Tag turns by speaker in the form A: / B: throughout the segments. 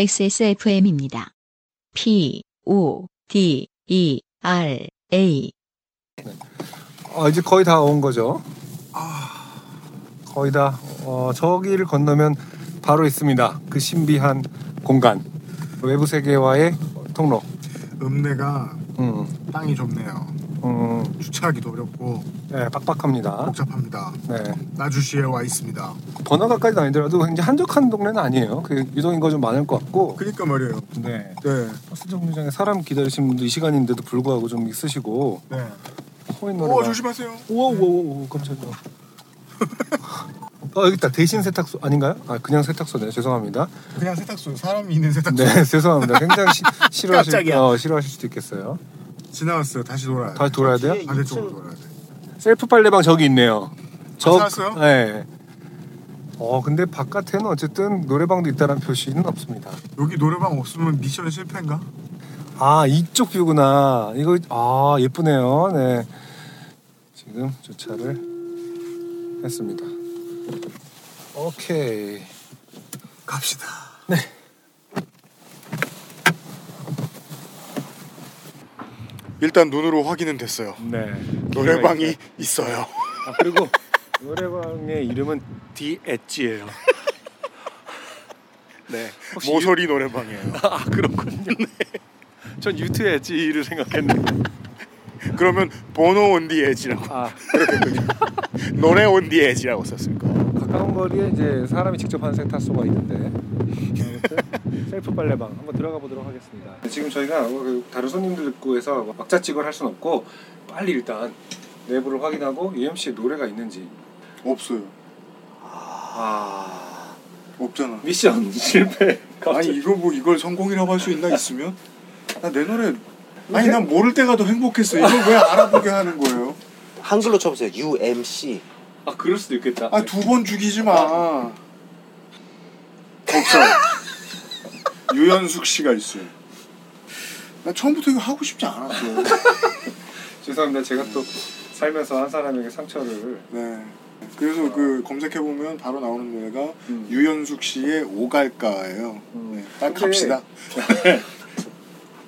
A: XSFM입니다. P, O, D, E, R, A.
B: 어, 이제 거의 다 온 거죠. 아, 거의 다 어, 저기를 건너면 바로 있습니다. 그 신비한 공간, 외부 세계와의 통로.
C: 읍내가
B: 음,
C: 땅이 좁네요.
B: 음,
C: 주차하기도 어렵고
B: 네, 빡빡합니다.
C: 복잡합니다.
B: 네,
C: 나주시에 와 있습니다.
B: 번화가까지는 아니더라도 굉장히 한적한 동네는 아니에요. 그 유동인 거좀 많을 것 같고.
C: 그러니까 말이에요.
B: 네,
C: 네,
B: 버스 정류장에 사람 기다리시는 분도 이 시간인데도 불구하고 좀 있으시고
C: 네.
B: 호인 노래가.
C: 오 조심하세요.
B: 우와 우와 우와 우와, 깜짝이야. 아 여기 있다 대신 세탁소 아닌가요? 아 그냥 세탁소네 죄송합니다.
C: 그냥 세탁소 사람이 있는 세탁소
B: 네 죄송합니다. 굉장히 시, 싫어하실
D: 깜짝이야.
B: 어, 싫어하실 수도 있겠어요.
C: 지나왔어요. 다시 돌아야 돼.
B: 다시 돌아야 돼요?
D: 뒤에
C: 반대쪽으로
D: 이층-
C: 돌아야 돼.
B: 셀프 빨래방 저기 있네요.
C: 찾았어요?
B: 네. 어 근데 바깥에는 어쨌든 노래방도 있다는 표시는 없습니다.
C: 여기 노래방 없으면 미션 실패인가?
B: 아 이쪽 뷰구나. 이거 아 예쁘네요. 네. 지금 주차를 했습니다. 오케이.
C: 갑시다. 네. 일단 눈으로 확인은 됐어요.
B: 네.
C: 노래방이 있어요.
B: 아, 그리고 노래방의 이름은 디엣지예요.
C: 네.
B: 혹시
C: 모서리 노래방이에요.
B: 뭐 아 그렇군요. 네. 전 유튜 엣지를 생각했는데.
C: 그러면 보노 온디 에지라고
B: 아
C: 노래 온디 에지라고 썼을 거예요.
B: 가까운 거리에 이제 사람이 직접 하는 세탁소가 있는데 네, 셀프 빨래방 한번 들어가 보도록 하겠습니다. 지금 저희가 그 다른 손님들 있고 해서 뭐 막자찍을 할 수는 없고 빨리 일단 내부를 확인하고 UMC의 노래가 있는지.
C: 없어요.
B: 아
C: 없잖아.
B: 미션 실패.
C: 아니 이거 뭐 이걸 성공이라고 할 수 있나 있으면 나 내 노래 아니 난 모를 때가 더 행복했어 이걸 왜 알아보게 하는 거예요
D: 한글로 쳐보세요. UMC.
B: 아 그럴 수도 있겠다.
C: 아 두 번 죽이지 마 없어 유연숙 씨가 있어요 나 처음부터 이거 하고 싶지 않았어
B: 죄송합니다. 제가 또 살면서 한 사람에게 상처를.
C: 네 그래서 그 검색해 보면 바로 나오는 노래가
B: 음.
C: 유연숙 씨의 오갈까예요 네, 딱
B: 근데-
C: 갑시다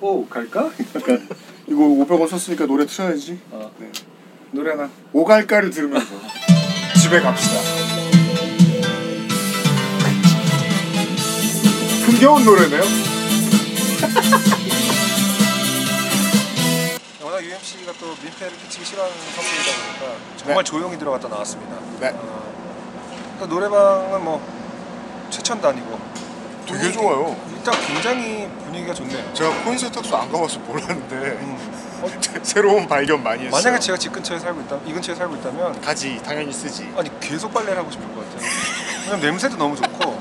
B: 오 갈까?
C: 그러니까 이거 500원 썼으니까 노래 틀어야지
B: 어,
C: 네.
B: 노래 하나.
C: 오갈까를 들으면서 집에 갑시다. 흥겨운 노래네요.
B: 워낙 UMC가 또 민폐를 끼치기 싫어하는 성격이다 보니까 정말
C: 네.
B: 조용히 들어갔다 나왔습니다.
C: 네.
B: 어, 또 노래방은 뭐 최첨단이고
C: 되게 좋아요.
B: 일단 굉장히 분위기가 좋네요.
C: 제가 코인 세탁소 안 가봐서 몰랐는데
B: 음.
C: 새로운 발견 많이 했어요.
B: 만약에 제가 집 근처에 살고 있다, 이 근처에 살고 있다면
C: 가지 당연히 쓰지.
B: 아니 계속 빨래를 하고 싶을 것 같아요. 왜냐면 냄새도 너무 좋고.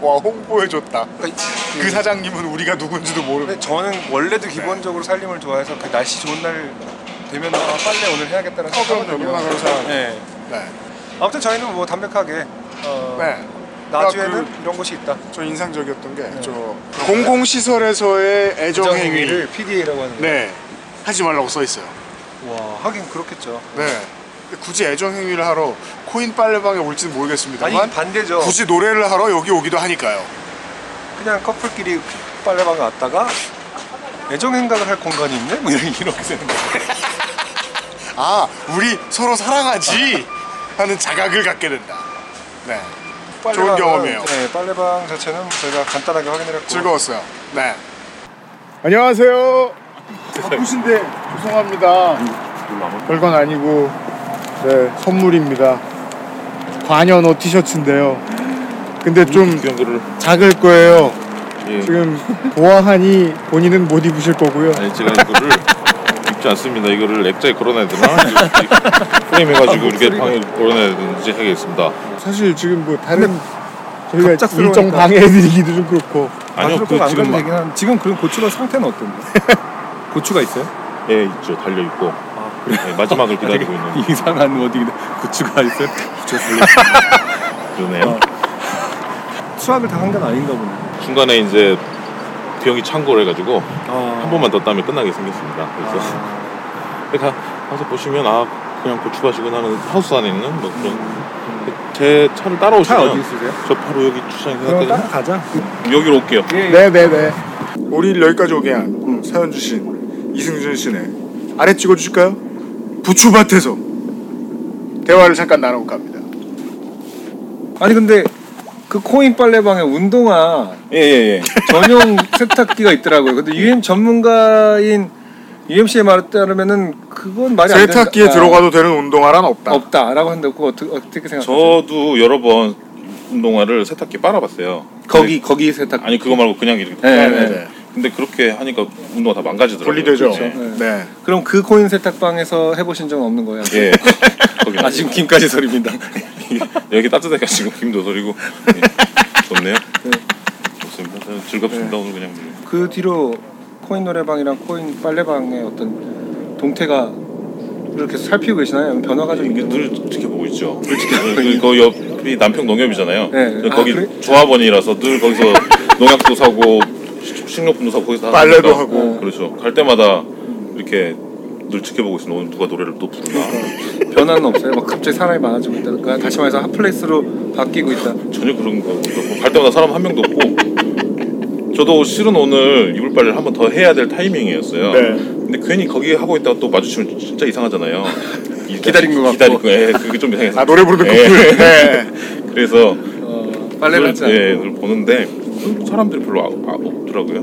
C: 와 홍보해줬다.
B: 그러니까 이-
C: 그 사장님은 우리가 누군지도 모르고
B: 근데 저는 원래도 기본적으로 살림을 좋아해서 그 날씨 좋은 날 되면 아, 빨래 오늘 해야겠다는
C: 어, 그럼요. 누구나 그런 사람.
B: 네.
C: 네.
B: 아무튼 저희는 뭐 담백하게 어,
C: 네.
B: 나주에는
C: 그-
B: 이런 곳이 있다.
C: 저 인상적이었던 게 저 공공시설에서의 애정행위.
B: 부정행위를 PDA라고 하는.
C: 네. 하지 말라고 써 있어요.
B: 와 하긴 그렇겠죠.
C: 네. 굳이 애정 행위를 하러 코인 빨래방에 올지는
B: 아니
C: 모르겠습니다만
B: 반대죠.
C: 굳이 노래를 하러 여기 오기도 하니까요.
B: 그냥 커플끼리 빨래방 갔다가 애정 행각을 할 공간이 있네? 뭐 이렇게 이렇게 되는 거예요.
C: 아, 우리 서로 사랑하지 하는 자각을 갖게 된다. 네. 좋은
B: 빨래방은,
C: 경험이에요.
B: 네, 빨래방 자체는 저희가 간단하게 확인을 했고.
C: 즐거웠어요. 네. 안녕하세요. 바쁘신데 죄송합니다. 별건 아니고 네, 선물입니다. 관현옷 티셔츠인데요. 근데 좀
E: 경기를
C: 작을 거예요.
E: 예.
C: 지금 보아하니 본인은 못 입으실 거고요.
E: 아니 제가 이거를 입지 않습니다. 이거를 액자에 걸어놔야 되나? 이렇게 프레임해가지고 이렇게
B: 아,
E: 방에 걸어놔야 되는지 하겠습니다.
C: 사실 지금 뭐 다른 저희가
B: 갑작스러우니까.
C: 일정 방해해드리기도 좀 그렇고
E: 아니요,
B: 그
E: 그
B: 지금
E: 지금 막,
B: 되긴 한, 지금 그럼 고추가 상태는 어떤데? 고추가 있어요?
E: 예 있죠 달려 있고
B: 아,
E: 예, 마지막을 기다리고 있는
B: 이상한 어디 고추가 있어요? 아.
E: 그러네요.
B: 수학을 다 한 건 아닌가 보네.
E: 중간에 이제 대형이 창고를 해가지고 한 번만 더 따면 끝나게 생겼습니다. 그래서
B: 아,
E: 가, 가서 보시면 아 그냥 고추밭이구나 하는 하우스 안에 있는 뭐 그런 제 차를 따라오시면
B: 음. 차 아, 어디 있으세요?
E: 저 바로 여기 주차장에
B: 그럼
E: 가
B: 따라가자.
E: 여기로 올게요.
C: 네네네. 우리 여기까지 오게 한 사연 주신 이승준 씨네 아래 찍어 주실까요? 부추밭에서 대화를 잠깐 나누고 갑니다.
B: 아니 근데 그 코인 빨래방에 운동화
E: 예예예.
B: 전용 세탁기가 있더라고요. 근데 UM 전문가인 UMC의 말에 따르면은 그건 말이 안 된다.
C: 세탁기에
B: 아,
C: 들어가도 되는 운동화란 없다.
B: 없다라고 한다고 그거 어떻게, 어떻게 생각하세요?
E: 저도 여러 번 운동화를 세탁기 빨아봤어요.
B: 거기 거기 세탁기
E: 아니 그거 말고 그냥 이렇게.
B: 네, 네,
C: 네.
E: 근데 그렇게 하니까 운동화 다 망가지더라고요.
C: 분리되죠.
E: 예.
B: 그렇죠.
C: 네.
B: 그럼 그 코인 세탁방에서 해보신 적 없는 거예요?
E: 예. 거기
B: 네. 아 지금 김까지 소리입니다.
E: 여기 따뜻해가지고 김도 소리고 예. 좋네요. 좋습니다. 저는 즐겁습니다 오늘 그냥.
B: 그 뒤로 코인 노래방이랑 코인 빨래방의 어떤 동태가 이렇게 살피고 계시나요? 아니면 변화가 좀
E: 이게
B: 있는
E: 늘 지켜보고 있죠. 늘 지켜보고 그 옆이 남평 농협이잖아요.
B: 네.
E: 저 거기
B: 아, 그래?
E: 조합원이라서 늘 거기서 농약도 사고 식- 식료품도 사고 거기서 다
C: 빨래도
E: 하니까.
C: 하고.
B: 네.
E: 그렇죠. 갈 때마다 이렇게 늘 지켜보고 있습니다. 오늘 누가 노래를 또 부르나
B: 변화는 없어요? 막 갑자기 사람이 많아지고 있다든가 다시 말해서 핫플레이스로 바뀌고 있다.
E: 전혀 그런 거 없고 갈 때마다 사람 한 명도 없고 저도 실은 오늘 이불 빨래를 한 번 더 해야 될 타이밍이었어요.
C: 네.
E: 근데 괜히 거기 하고 있다가 또 마주치면 진짜 이상하잖아요. 이-
B: 기다린 것 같고.
E: 기다린 거. 예, 그게 좀 이상해서.
C: 아 노래 부르는
E: 예.
C: 그 네.
E: 그래서
B: 어, 빨래를 하지 않
E: 예, 늘 보는데 사람들이 별로 아, 아, 없더라고요.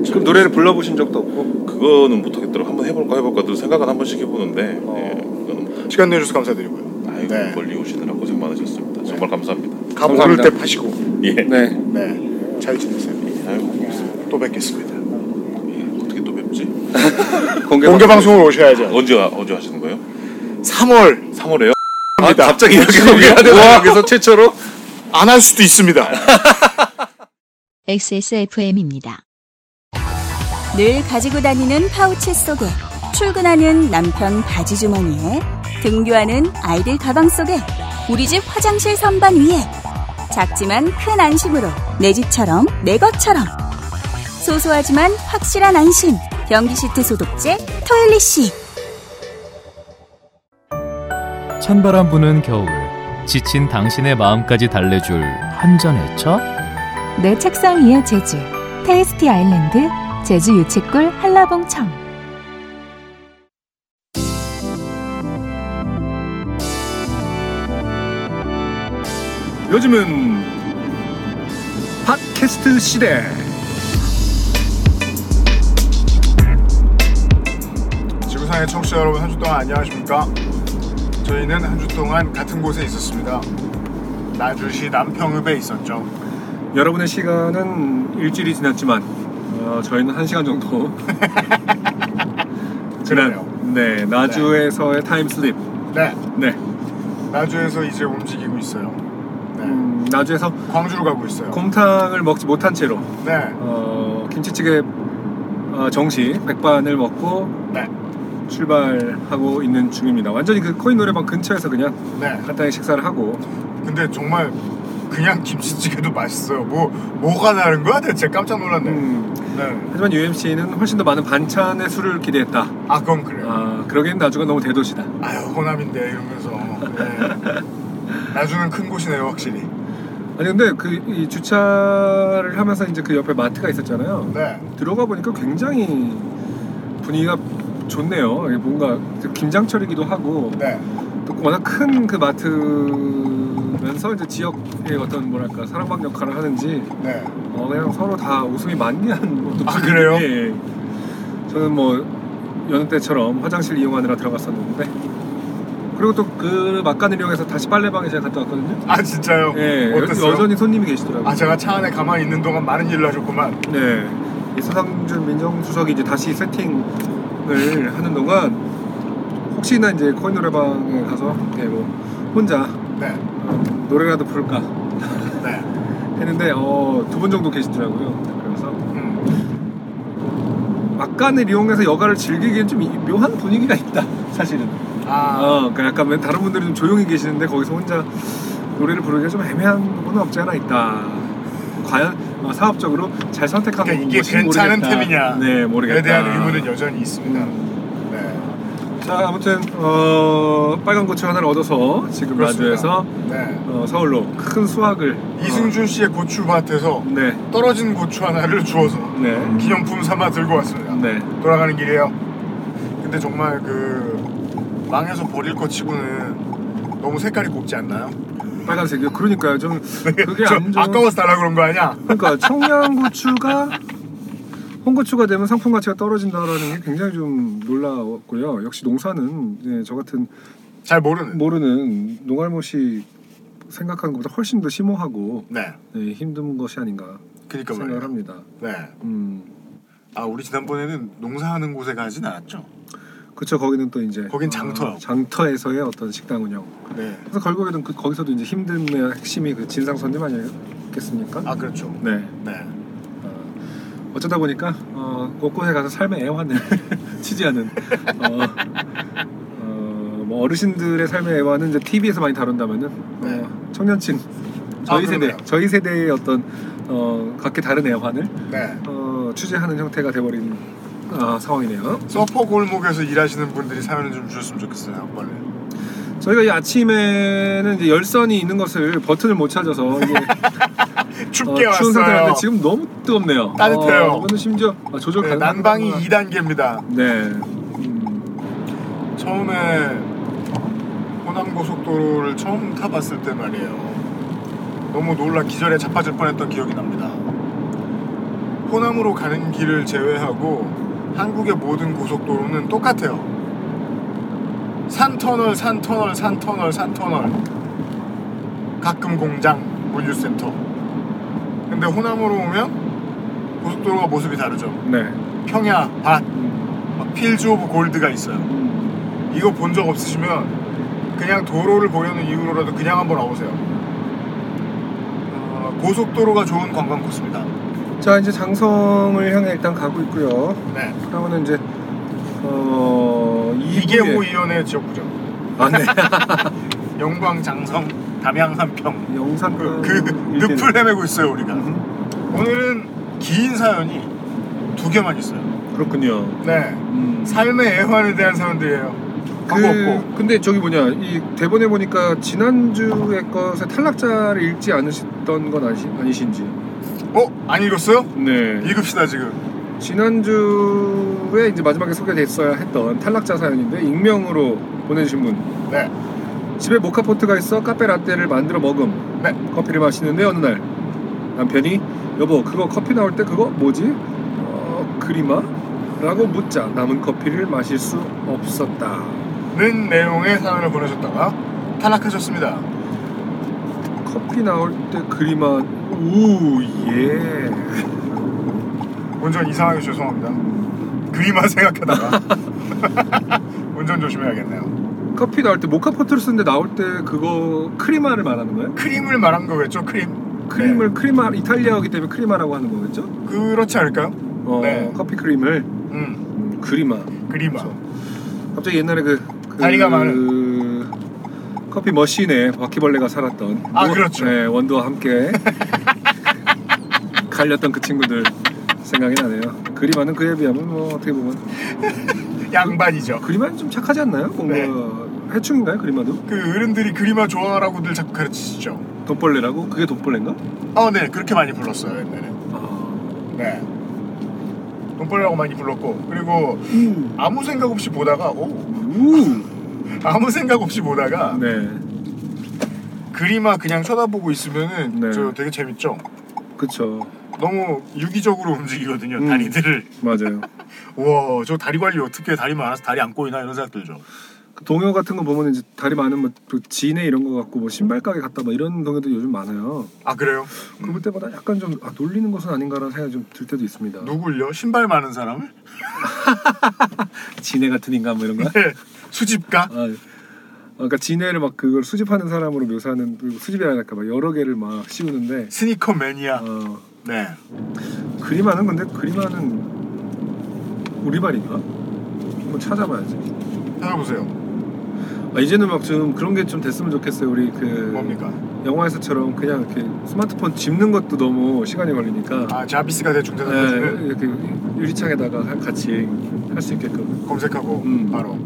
C: 네.
B: 그럼 노래를 불러보신 적도 없고
E: 그거는 못하겠더라고. 한번 해볼까 해볼까 늘 생각은 한 번씩 해보는데
B: 어.
E: 예, 그거는 못-
C: 시간 내주셔서 감사드리고요.
E: 아이고
C: 네.
E: 멀리 오시느라 고생 많으셨습니다. 정말 감사합니다.
C: 가
B: 감사합니다.
C: 오를 때 파시고.
E: 예.
B: 네
C: 네. 잘 지내세요.
E: 아유 고맙습니다.
C: 또 뵙겠습니다.
E: 예, 어떻게 또 뵙지?
B: 공개,
C: 공개 방송을 오셔야죠.
E: 언제 하- 언제 하시는 거예요?
C: 3월
E: 3월에요?
B: 아,
C: 합니다.
B: 갑자기 이렇게 공개하는 거기서 최초로
C: 안 할 수도 있습니다.
A: XSFM입니다.
F: 늘 가지고 다니는 파우치 속에 출근하는 남편 바지 주머니에 등교하는 아이들 가방 속에 우리 집 화장실 선반 위에 작지만 큰 안심으로 내 집처럼 내 것처럼 소소하지만 확실한 안심 변기 시트 소독제 토일리시
G: 찬바람 부는 겨울 지친 당신의 마음까지 달래줄 한 잔의 차
H: 내 책상 위의 제주 테이스티 아일랜드 제주 유채꿀 한라봉청
B: 요즘은 팟캐스트 시대
C: 지구상의 청취자 여러분 한 주 동안 안녕하십니까? 저희는 한 주 동안 같은 곳에 있었습니다. 나주시 남평읍에 있었죠.
B: 여러분의 시간은 일주일이 지났지만 어, 저희는 한 시간 정도
C: 그래요.
B: 네 나주에서의 타임슬립
C: 네,
B: 네
C: 나주에서 이제 움직이고 있어요. 네,
B: 음, 나주에서
C: 광주로 가고 있어요.
B: 곰탕을 먹지 못한 채로
C: 네,
B: 어, 김치찌개 어, 정식 백반을 먹고
C: 네,
B: 출발하고 있는 중입니다. 완전히 그 코인 노래방 근처에서 그냥
C: 네.
B: 간단히 식사를 하고
C: 근데 정말 그냥 김치찌개도 맛있어요. 뭐 뭐가 다른 거야 대체 깜짝 놀랐네.
B: 음,
C: 네,
B: 하지만 UMC는 훨씬 더 많은 반찬의 수를 기대했다.
C: 아 그건 그래요.
B: 아, 그러기엔 나주가 너무 대도시다.
C: 아유 호남인데 이러면서. 네. 나주는 큰 곳이네요 확실히.
B: 아니 근데 그 이 주차를 하면서 이제 그 옆에 마트가 있었잖아요.
C: 네,
B: 들어가 보니까 굉장히 분위기가 좋네요. 이게 뭔가 그 김장철이기도 하고
C: 네.
B: 또 워낙 큰 그 마트면서 이제 지역의 어떤 뭐랄까 사랑방 역할을 하는지
C: 네.
B: 어, 그냥 서로 다 웃음이 만개한 것도
C: 아, 그래요?
B: 예, 예. 저는 뭐 여느 때처럼 화장실 이용하느라 들어갔었는데 그리고 또 그 막간을 이용해서 다시 빨래방에 제가 갔다 왔거든요.
C: 아 진짜요?
B: 예, 여-
C: 어땠어요?
B: 여전히 손님이 계시더라고요.
C: 아 제가 차 안에 가만히 있는 동안 많은 일을 하셨구만.
B: 네, 이 서상준 민정수석이 이제 다시 세팅을 하는 동안 혹시나 이제 코인 노래방에 가서 이렇게 뭐 혼자
C: 네,
B: 어, 노래라도 부를까
C: 네.
B: 했는데 어, 두 분 정도 계시더라고요. 그래서
C: 음.
B: 막간을 이용해서 여가를 즐기기엔 좀 이- 묘한 분위기가 있다 사실은
C: 아,
B: 어, 그러니까 약간 왜 다른 분들이 좀 조용히 계시는데 거기서 혼자 노래를 부르기가 좀 애매한 부분은 없지 않아 있다 과연 어, 사업적으로 잘 선택한
C: 그러니까
B: 건
C: 이게
B: 무엇인지 네,
C: 괜찮은
B: 모르겠다.
C: 템이냐.
B: 네 모르겠다
C: 에 대한 의문은 여전히 있습니다. 네.
B: 자 아무튼 어, 빨간 고추 하나를 얻어서 지금
C: 그렇습니다.
B: 라디오에서
C: 네.
B: 어, 서울로 큰 수확을 어,
C: 이승준 씨의 고추밭에서
B: 네,
C: 떨어진 고추 하나를 주워서
B: 네,
C: 기념품 삼아 들고 왔습니다.
B: 네,
C: 돌아가는 길이에요. 근데 정말 그 망해서 버릴 것 치고는 너무 색깔이 곱지 않나요?
B: 빨간색. 그러니까요, 좀 그게
C: 저
B: 안 좋은.
C: 아까워서 달라 그런 거 아니야?
B: 그러니까 청양고추가 홍고추가 되면 상품 가치가 떨어진다라는 게 굉장히 좀 놀라웠고요. 역시 농사는 예, 저 같은
C: 잘
B: 뭐
C: 모르는.
B: 모르는 농알못이 생각하는 것보다 훨씬 더 심오하고
C: 네.
B: 예, 힘든 것이 아닌가
C: 그러니까
B: 생각을
C: 말이에요.
B: 합니다.
C: 네.
B: 음,
C: 아 우리 지난번에는 농사하는 곳에 가진 않았죠.
B: 그쵸 거기는 또 이제
C: 거긴
B: 아,
C: 장터요.
B: 장터에서의 어떤 식당 운영.
C: 네.
B: 그래서 결국에는 그 거기서도 이제 힘듦의 핵심이 그 진상 손님 아니겠습니까?
C: 아 그렇죠.
B: 네.
C: 네.
B: 어, 어쩌다 보니까 어, 곳곳에 가서 삶의 애환을 치지 않은 어, 어, 뭐 어르신들의 삶의 애환은 이제 TV에서 많이 다룬다면은
C: 네.
B: 어, 청년층 저희 세대
C: 아, 그러네요.
B: 저희 세대의 어떤 어, 각기 다른 애환을
C: 네.
B: 어, 취재하는 형태가 돼버린 아, 상황이네요.
C: 서퍼 골목에서 일하시는 분들이 사연을 좀 주셨으면 좋겠어요. 빨리.
B: 저희가 이 아침에는 이제 열선이 있는 것을 버튼을 못 찾아서 이게
C: 네, 춥게
B: 어, 추운
C: 왔어요.
B: 상태인데 지금 너무 뜨겁네요.
C: 따뜻해요.
B: 어, 이거는 심지어 아, 조절
C: 네,
B: 가능.
C: 난방이 2단계입니다.
B: 네. 음,
C: 처음에 호남 고속도로를 처음 타봤을 때 말이에요. 너무 놀라 기절에 자빠질 뻔했던 기억이 납니다. 호남으로 가는 길을 제외하고 한국의 모든 고속도로는 똑같아요. 산 터널, 산 터널, 산 터널, 산 터널. 가끔 공장, 물류센터. 근데 호남으로 오면 고속도로가 모습이 다르죠.
B: 네.
C: 평야, 밭, 막 필즈 오브 골드가 있어요.
B: 음,
C: 이거 본 적 없으시면 그냥 도로를 보려는 이유로라도 그냥 한번 와보세요. 어, 고속도로가 좋은 관광 코스입니다.
B: 자 이제 장성을 향해 일단 가고 있고요.
C: 네.
B: 그러면은 이제 어
C: 이계호
B: 이부에-
C: 이연의 지역구죠.
B: 아 네.
C: 영광, 장성, 담양, 삼평.
B: 영상 음.
C: 그, 그 늪을 헤매고 있어요 우리가. 오늘은 긴 사연이 두 개만 있어요.
B: 그렇군요.
C: 네.
B: 음.
C: 삶의 애환에 대한 사연들이에요.
B: 그,
C: 광고 없고.
B: 근데 저기 뭐냐 이 대본에 보니까 지난주에 것에 탈락자를 읽지 않으셨던 건 아시, 아니신지
C: 어? 안 읽었어요?
B: 네
C: 읽읍시다 지금.
B: 지난주에 이제 마지막에 소개됐어야 했던 탈락자 사연인데 익명으로 보내주신 분.
C: 네.
B: 집에 모카포트가 있어 카페 라떼를 만들어 먹음.
C: 네.
B: 커피를 마시는데 어느 날 남편이 여보 그거 커피 나올 때 그거 뭐지? 어 그리마? 라고 묻자 남은 커피를 마실 수 없었다.
C: 는 내용의 사연을 보내셨다가 탈락하셨습니다.
B: 커피 나올 때 그리마 오 예.
C: 운전 이상하게 죄송합니다. 그리만 생각하다가 운전 조심해야겠네요.
B: 커피 나올 때 모카포트를 쓰는데 나올 때 그거 크리마를 말하는 거예요?
C: 크림을 말한 거겠죠? 크림
B: 크림을 크리마 이탈리아어기 때문에 크리마라고 하는 거겠죠?
C: 그렇지 않을까요?
B: 어,
C: 네.
B: 커피 크림을
C: 음
B: 음, 그리마.
C: 그리마
B: 그렇죠. 갑자기 옛날에 그, 그
C: 다리가
B: 커피 머신에 바퀴벌레가 살았던
C: 아,
B: 원-
C: 그렇죠.
B: 네, 원두와 함께 갈렸던 그 친구들 생각이 나네요. 그리마는 그에 비하면 뭐 어떻게 보면
C: 양반이죠.
B: 그리마는 좀 착하지 않나요? 뭔가
C: 네.
B: 해충인가요? 그리마도
C: 그 어른들이 그리마 좋아하라고들 자꾸 가르치시죠.
B: 돈벌레라고 그게 돈벌레인가?
C: 어, 네 그렇게 많이 불렀어요 옛날에.
B: 아,
C: 네 돈벌이라고 많이 불렀고 그리고 아무 생각 없이 보다가 오
B: 우,
C: 아무 생각 없이 보다가
B: 네,
C: 그리마 그냥 쳐다보고 있으면은
B: 네.
C: 저 되게 재밌죠.
B: 그쵸,
C: 너무 유기적으로 움직이거든요
B: 음.
C: 다리들을.
B: 맞아요.
C: 우와 저 다리 관리 어떻게 해? 다리 많아서 다리 안 꼬이나 이런 생각 들죠
B: 그 동요 같은 거 보면 이제 다리 많은 뭐그 진해 이런 거 같고 뭐 신발 가게 갔다 뭐 이런 동요도 요즘 많아요.
C: 아 그래요?
B: 그 볼 때마다 약간 좀 아, 놀리는 것은 아닌가라는 생각이 좀 들 때도 있습니다.
C: 누굴요? 신발 많은 사람을?
B: 진해 같은 인간 뭐 이런 거?
C: 네. 수집가?
B: 아, 그러니까 진해를 막 그걸 수집하는 사람으로 묘사하는 그 수집이랄까 막 여러 개를 막 씌우는데
C: 스니커 매니아
B: 어,
C: 네
B: 그리마는 근데 그리마는 우리말인가? 한번 찾아봐야지.
C: 찾아보세요
B: 아, 이제는 막 좀 그런 게 좀 됐으면 좋겠어요. 우리 그
C: 뭡니까?
B: 영화에서처럼 그냥 이렇게 스마트폰 집는 것도 너무 시간이 걸리니까
C: 아 자비스가 대충
B: 네,
C: 대답해주는
B: 이렇게 유리창에다가 같이 할 수 있게끔
C: 검색하고
B: 음.
C: 바로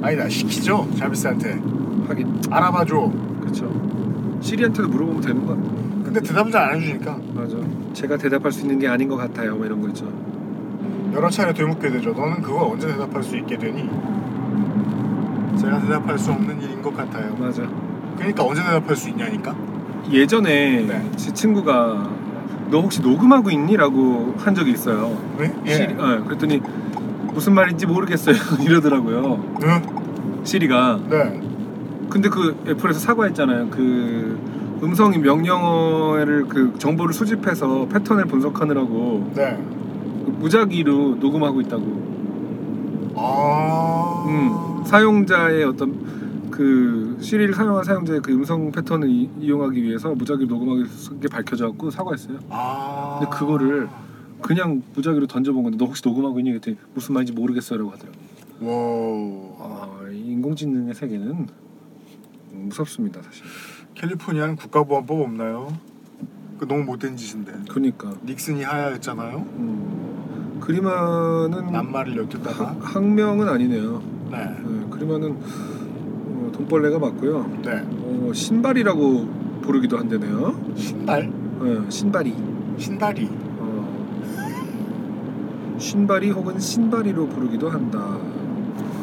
C: 아니다 시키죠 자비스한테
B: 하긴
C: 알아봐줘
B: 그렇죠. 시리한테도 물어보면 되는 거
C: 근데 대답을 잘 안 해주니까
B: 맞아. 제가 대답할 수 있는 게 아닌 것 같아요. 뭐 이런 거 있죠.
C: 여러 차례 되묻게 되죠 너는 그거 언제 대답할 수 있게 되니 제가 대답할 수 없는 일인 것 같아요
B: 맞아.
C: 그러니까 언제 대답할 수 있냐니까
B: 예전에
C: 네.
B: 제 친구가 너 혹시 녹음하고 있니?라고 한 적이 있어요.
C: 왜?
B: 시리, 어, 그랬더니 무슨 말인지 모르겠어요 이러더라고요.
C: 응?
B: 시리가
C: 네
B: 근데 그 애플에서 사과했잖아요. 그 음성 명령어를 그 정보를 수집해서 패턴을 분석하느라고
C: 네.
B: 무작위로 녹음하고 있다고.
C: 아...
B: 음, 사용자의 어떤 그 시리를 사용한 사용자의 그 음성 패턴을 이, 용하기 위해서 무작위로 녹음하게 게 밝혀져갖고 사과했어요.
C: 아...
B: 근데 그거를 그냥 무작위로 던져본 건데 너 혹시 녹음하고 있니? 그랬더니 무슨 말인지 모르겠어라고 하더라고.
C: 와
B: 아, 이 인공지능의 세계는 무섭습니다 사실.
C: 캘리포니아는 국가보안법 없나요? 그 너무 못된 짓인데
B: 그러니까
C: 닉슨이 하야했잖아요
B: 음, 그리마는
C: 낱말을
B: 학-
C: 엿듣다가
B: 학명은 아니네요.
C: 네
B: 네, 그리마는 어, 돈벌레가 맞고요.
C: 네.
B: 어, 신발이라고 부르기도 한다네요.
C: 신발?
B: 네, 신발이.
C: 신발이
B: 어, 신발이 혹은 신발이로 부르기도 한다.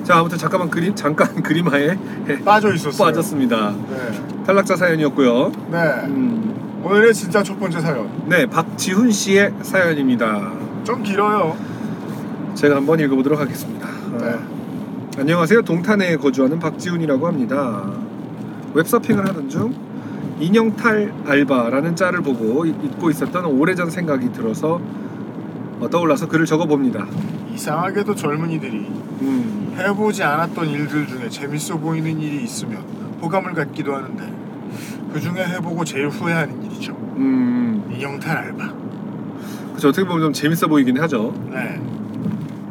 B: 자 아무튼 잠깐만 그림 잠깐 그림하에
C: 빠져 있었어요.
B: 빠졌습니다.
C: 네.
B: 탈락자 사연이었고요.
C: 네.
B: 음,
C: 오늘의 진짜 첫 번째 사연.
B: 네 박지훈 씨의 사연입니다.
C: 좀 길어요.
B: 제가 한번 읽어보도록 하겠습니다.
C: 네.
B: 안녕하세요. 동탄에 거주하는 박지훈이라고 합니다. 웹서핑을 하던 중 인형탈 알바라는 짤을 보고 이- 잊고 있었던 오래전 생각이 들어서 어, 떠올라서 글을 적어봅니다.
C: 이상하게도 젊은이들이
B: 음,
C: 해보지 않았던 일들 중에 재밌어 보이는 일이 있으면 호감을 갖기도 하는데 그 중에 해보고 제일 후회하는 일이죠.
B: 음,
C: 인형탈 알바.
B: 그쵸. 그렇죠. 어떻게 보면 좀 재밌어 보이긴 하죠.
C: 네.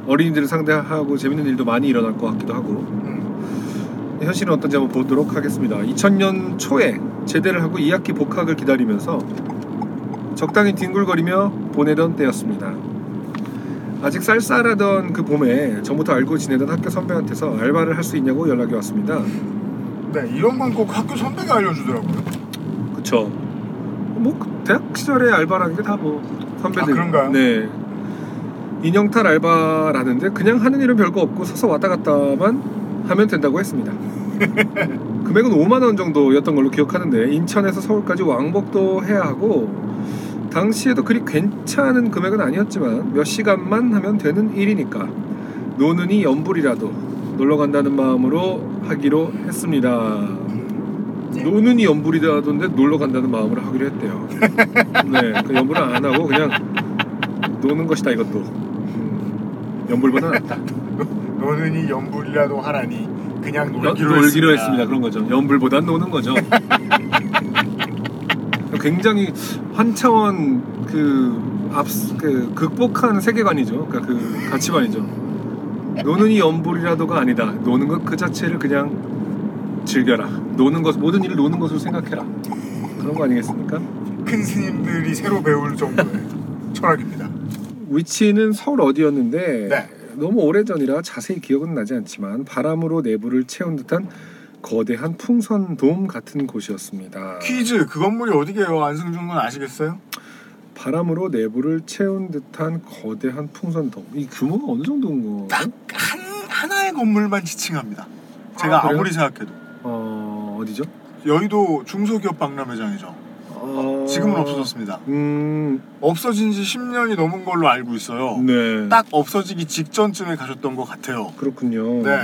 B: 어린이들을 상대하고 재밌는 일도 많이 일어날 것 같기도 하고.
C: 음.
B: 현실은 어떤지 한번 보도록 하겠습니다. 2000년 초에 제대를 하고 2학기 복학을 기다리면서 적당히 뒹굴거리며 보내던 때였습니다. 아직 쌀쌀하던 그 봄에 전부터 알고 지내던 학교 선배한테서 알바를 할 수 있냐고 연락이 왔습니다.
C: 네. 이런 건 꼭 학교 선배가 알려주더라고요.
B: 그쵸? 뭐그 대학 시절에 알바라는 게 다 뭐 선배들
C: 아, 그런가요?
B: 네 인형탈 알바라는데 그냥 하는 일은 별거 없고 서서 왔다 갔다만 하면 된다고 했습니다 금액은 5만 원 정도였던 걸로 기억하는데 인천에서 서울까지 왕복도 해야 하고 당시에도 그리 괜찮은 금액은 아니었지만 몇 시간만 하면 되는 일이니까 노느니 연불이라도 놀러 간다는 마음으로 하기로 했습니다. 노는 이 연불이다던데 놀러 간다는 마음으로 하기로 했대요. 네, 그 연불은 안 하고 그냥 노는 것이다 이것도. 음, 연불보다 낫다.
C: 너는 이 연불이라도 하라니 그냥
B: 여-
C: 놀기로,
B: 놀기로 했습니다. 그런 거죠. 연불보다 노는 거죠. 굉장히 한 차원 그앞그 극복한 세계관이죠. 그러니까 그 가치관이죠. 노는 이 연불이라도가 아니다. 노는 것 그 자체를 그냥 즐겨라. 노는 것 모든 일을 노는 것으로 생각해라. 그런 거 아니겠습니까?
C: 큰 스님들이 새로 배울 정도의 철학입니다.
B: 위치는 서울 어디였는데
C: 네.
B: 너무 오래전이라 자세히 기억은 나지 않지만 바람으로 내부를 채운 듯한 거대한 풍선 돔 같은 곳이었습니다.
C: 퀴즈 그 건물이 어디게요? 안승준 군 아시겠어요?
B: 바람으로 내부를 채운 듯한 거대한 풍선 돔. 이 규모가 어느 정도인 거?
C: 딱 한 하나의 건물만 지칭합니다. 제가
B: 그래요?
C: 아, 무리 생각해도
B: 어 어디죠?
C: 여의도 중소기업 박람회장이죠.
B: 어...
C: 지금은 없어졌습니다.
B: 음,
C: 없어진 지 10년이 넘은 걸로 알고 있어요.
B: 네.
C: 딱 없어지기 직전쯤에 가셨던 것 같아요.
B: 그렇군요.
C: 네.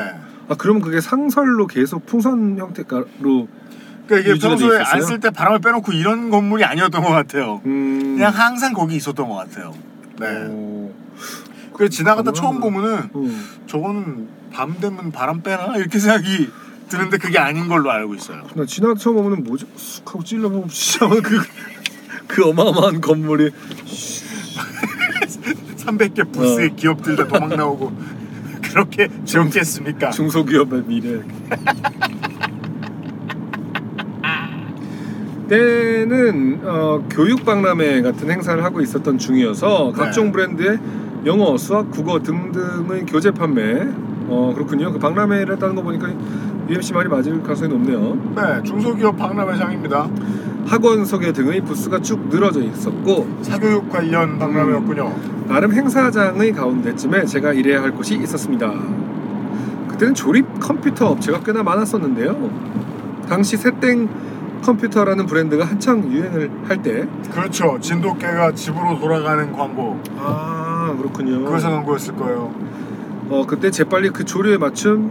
B: 아 그럼 그게 상설로 계속 풍선 형태로
C: 그러니까 이게
B: 유지가 돼
C: 평소에 안
B: 있었어요?
C: 쓸 때 바람을 빼놓고 이런 건물이 아니었던 것 같아요.
B: 음.
C: 그냥 항상 거기 있었던 것 같아요. 네.
B: 어,
C: 그래서 지나가다 처음 보면은
B: 음.
C: 저거는 밤 되면 바람 빼나 이렇게 생각이 드는데 그게 아닌 걸로 알고 있어요.
B: 나 지나쳐 보면 뭐지? 쑥 하고 찔러보면 진짜 그, 그 어마어마한 건물이
C: 300개 부스의
B: 어.
C: 기업들 다 도망 나오고 그렇게 지었겠습니까?
B: 중소기업의 미래 때는 어, 교육박람회 같은 행사를 하고 있었던 중이어서 각종 브랜드의 영어, 수학, 국어 등등의 교재 판매. 어 그렇군요. 그 박람회를 했다는 거 보니까 UMC 말이 맞을 가능성이 높네요.
C: 네, 중소기업 박람회장입니다.
B: 학원 소개 등의 부스가 쭉 늘어져 있었고
C: 사교육
B: 음.
C: 관련 박람회였군요.
B: 나름 행사장의 가운데쯤에 제가 일해야 할 곳이 있었습니다. 그때는 조립 컴퓨터 업체가 꽤나 많았었는데요. 당시 새땡 컴퓨터라는 브랜드가 한창 유행을 할 때.
C: 그렇죠. 진돗개가 집으로 돌아가는 광고.
B: 아 그렇군요.
C: 그것은 광고였을 거예요.
B: 어 그때 재빨리 그 조류에 맞춘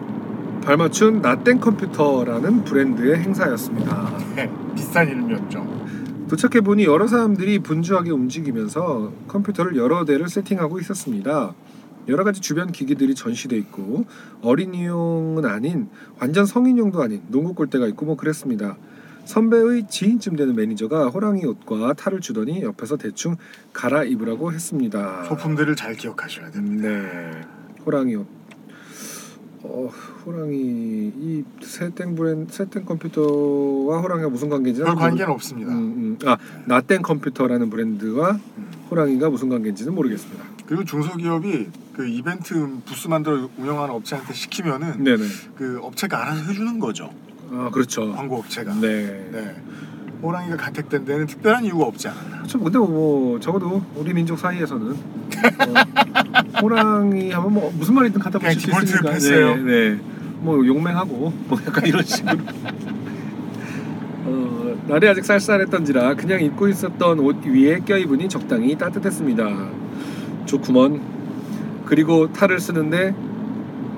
B: 발맞춘 나땡 컴퓨터라는 브랜드의 행사였습니다.
C: 네, 비싼 이름이었죠.
B: 도착해 보니 여러 사람들이 분주하게 움직이면서 컴퓨터를 여러 대를 세팅하고 있었습니다. 여러 가지 주변 기기들이 전시돼 있고 어린이용은 아닌 완전 성인용도 아닌 농구 골대가 있고 뭐 그랬습니다. 선배의 지인쯤 되는 매니저가 호랑이 옷과 탈을 주더니 옆에서 대충 갈아입으라고 했습니다.
C: 소품들을 잘 기억하셔야 됩니다.
B: 네. 호랑이 옷. 어, 호랑이 이 세땡 브랜 세땡 컴퓨터와 호랑이가 무슨 관계인지
C: 별 관계는 없습니다.
B: 음, 음. 아, 나땡 컴퓨터라는 브랜드와 호랑이가 무슨 관계인지는 모르겠습니다.
C: 그리고 중소기업이 그 이벤트 부스 만들어 운영하는 업체한테 시키면은
B: 네네.
C: 그 업체가 알아서 해주는 거죠.
B: 아, 그렇죠.
C: 광고 업체가.
B: 네.
C: 음. 네. 호랑이가 간택된 데는 특별한 이유가 없지 않았나.
B: 그렇죠. 근데 뭐 적어도 우리 민족 사이에서는 어, 호랑이 하면 뭐 무슨 말이든 갖다
C: 그냥
B: 붙일 수
C: 디폴트
B: 있으니까.
C: 패스예요.
B: 네, 네. 뭐 용맹하고 뭐 약간 이런 식으로. 어, 날이 아직 쌀쌀했던지라 그냥 입고 있었던 옷 위에 껴입으니 적당히 따뜻했습니다. 좋구먼. 그리고 탈을 쓰는데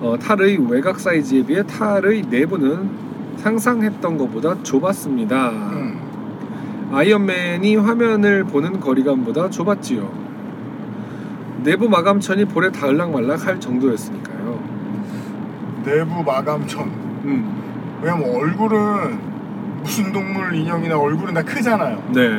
B: 어, 탈의 외곽 사이즈에 비해 탈의 내부는 상상했던 것보다 좁았습니다.
C: 음.
B: 아이언맨이 화면을 보는 거리감보다 좁았지요. 내부 마감천이 볼에 닿을락말락 할 정도였으니까요.
C: 내부 마감천.
B: 음,
C: 왜냐면 얼굴은 무슨 동물 인형이나 얼굴은 다 크잖아요.
B: 네,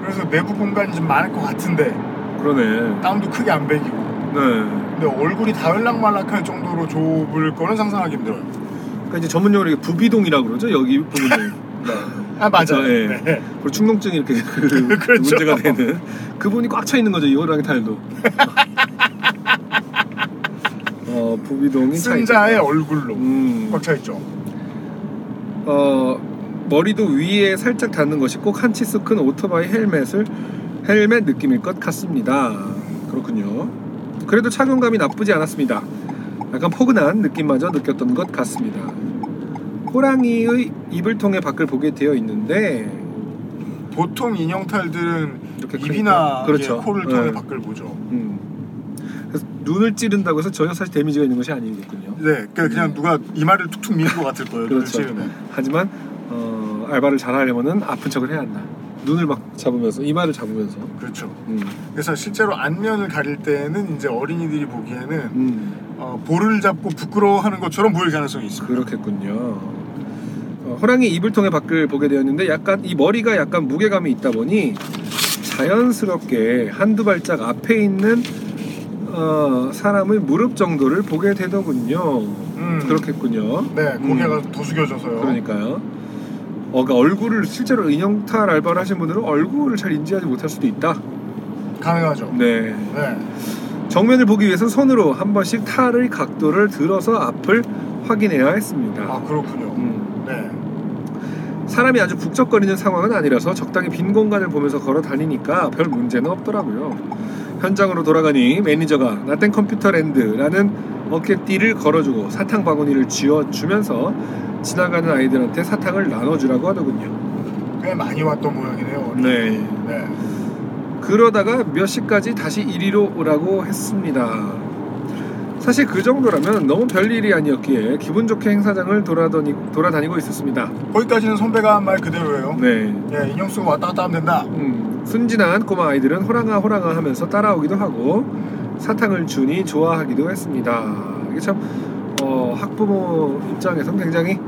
C: 그래서 내부 공간이 좀 많을 것 같은데
B: 그러네.
C: 땀도 크게 안 배기고.
B: 네.
C: 근데 얼굴이 다을락말락할 정도로 좁을 거는 상상하기 힘들어요.
B: 그러니까 이제 전문용어로 이게 부비동이라고 그러죠. 여기 부분을.
C: 아 맞아.
B: 그렇죠, 예.
C: 요 네.
B: 그리고 충동증이 이렇게 그
C: 그렇죠.
B: 문제가 되는 그분이 꽉 차 있는 거죠. 이 호랑이 탈도. 어, 부비동이 차
C: 승자의
B: 있다.
C: 얼굴로
B: 음.
C: 꽉 차 있죠.
B: 어, 머리도 위에 살짝 닿는 것이 꼭 한 치수 큰 오토바이 헬멧을 헬멧 느낌일 것 같습니다. 그렇군요. 그래도 착용감이 나쁘지 않았습니다. 약간 포근한 느낌마저 느꼈던 것 같습니다. 호랑이의 입을 통해 밖을 보게 되어 있는데
C: 보통 인형탈들은
B: 이렇게 크니까.
C: 입이나
B: 그 그렇죠.
C: 이게 코를
B: 네.
C: 통해 밖을 보죠.
B: 음. 그래서 눈을 찌른다고 해서 전혀 사실 데미지가 있는 것이 아니겠군요.
C: 네, 그러니까 그냥 누가 이마를 툭툭 미는 것 같을 거예요.
B: 그렇죠.
C: 눈을 찌르면.
B: 하지만 어, 알바를 잘하려면은 아픈 척을 해야 한다. 눈을 막 잡으면서 이마를 잡으면서.
C: 그렇죠.
B: 음.
C: 그래서 실제로 안면을 가릴 때는 이제 어린이들이 보기에는
B: 음.
C: 어, 볼을 잡고 부끄러워하는 것처럼 보일 가능성이 있습니다.
B: 그렇겠군요. 어, 호랑이 입을 통해 밖을 보게 되었는데 약간 이 머리가 약간 무게감이 있다 보니 자연스럽게 한두 발짝 앞에 있는 어, 사람의 무릎 정도를 보게 되더군요.
C: 음,
B: 그렇겠군요.
C: 네, 고개가
B: 음.
C: 더 숙여져서요.
B: 그러니까요. 어, 그러니까 얼굴을 실제로 인형탈 알바를 하신 분들은 얼굴을 잘 인지하지 못할 수도 있다.
C: 가능하죠.
B: 네.
C: 네,
B: 정면을 보기 위해서 손으로 한 번씩 탈의 각도를 들어서 앞을 확인해야 했습니다.
C: 아 그렇군요.
B: 음.
C: 네,
B: 사람이 아주 북적거리는 상황은 아니라서 적당히 빈 공간을 보면서 걸어 다니니까 별 문제는 없더라고요. 현장으로 돌아가니 매니저가 나땡 컴퓨터랜드라는 어깨띠를 걸어주고 사탕 바구니를 쥐어주면서 지나가는 아이들한테 사탕을 나눠주라고 하더군요.
C: 꽤 많이 왔던 모양이네요.
B: 네.
C: 네.
B: 그러다가 몇 시까지 다시 이리로 오라고 했습니다. 사실 그 정도라면 너무 별일이 아니었기에 기분 좋게 행사장을 돌아다니, 돌아다니고 있었습니다.
C: 거기까지는 선배가 한 말 그대로예요.
B: 네.
C: 예, 인형 쓰고 왔다 갔다 하면 된다.
B: 음, 순진한 꼬마 아이들은 호랑아 호랑아 하면서 따라오기도 하고 사탕을 주니 좋아하기도 했습니다. 이게 참 어, 학부모 입장에선 굉장히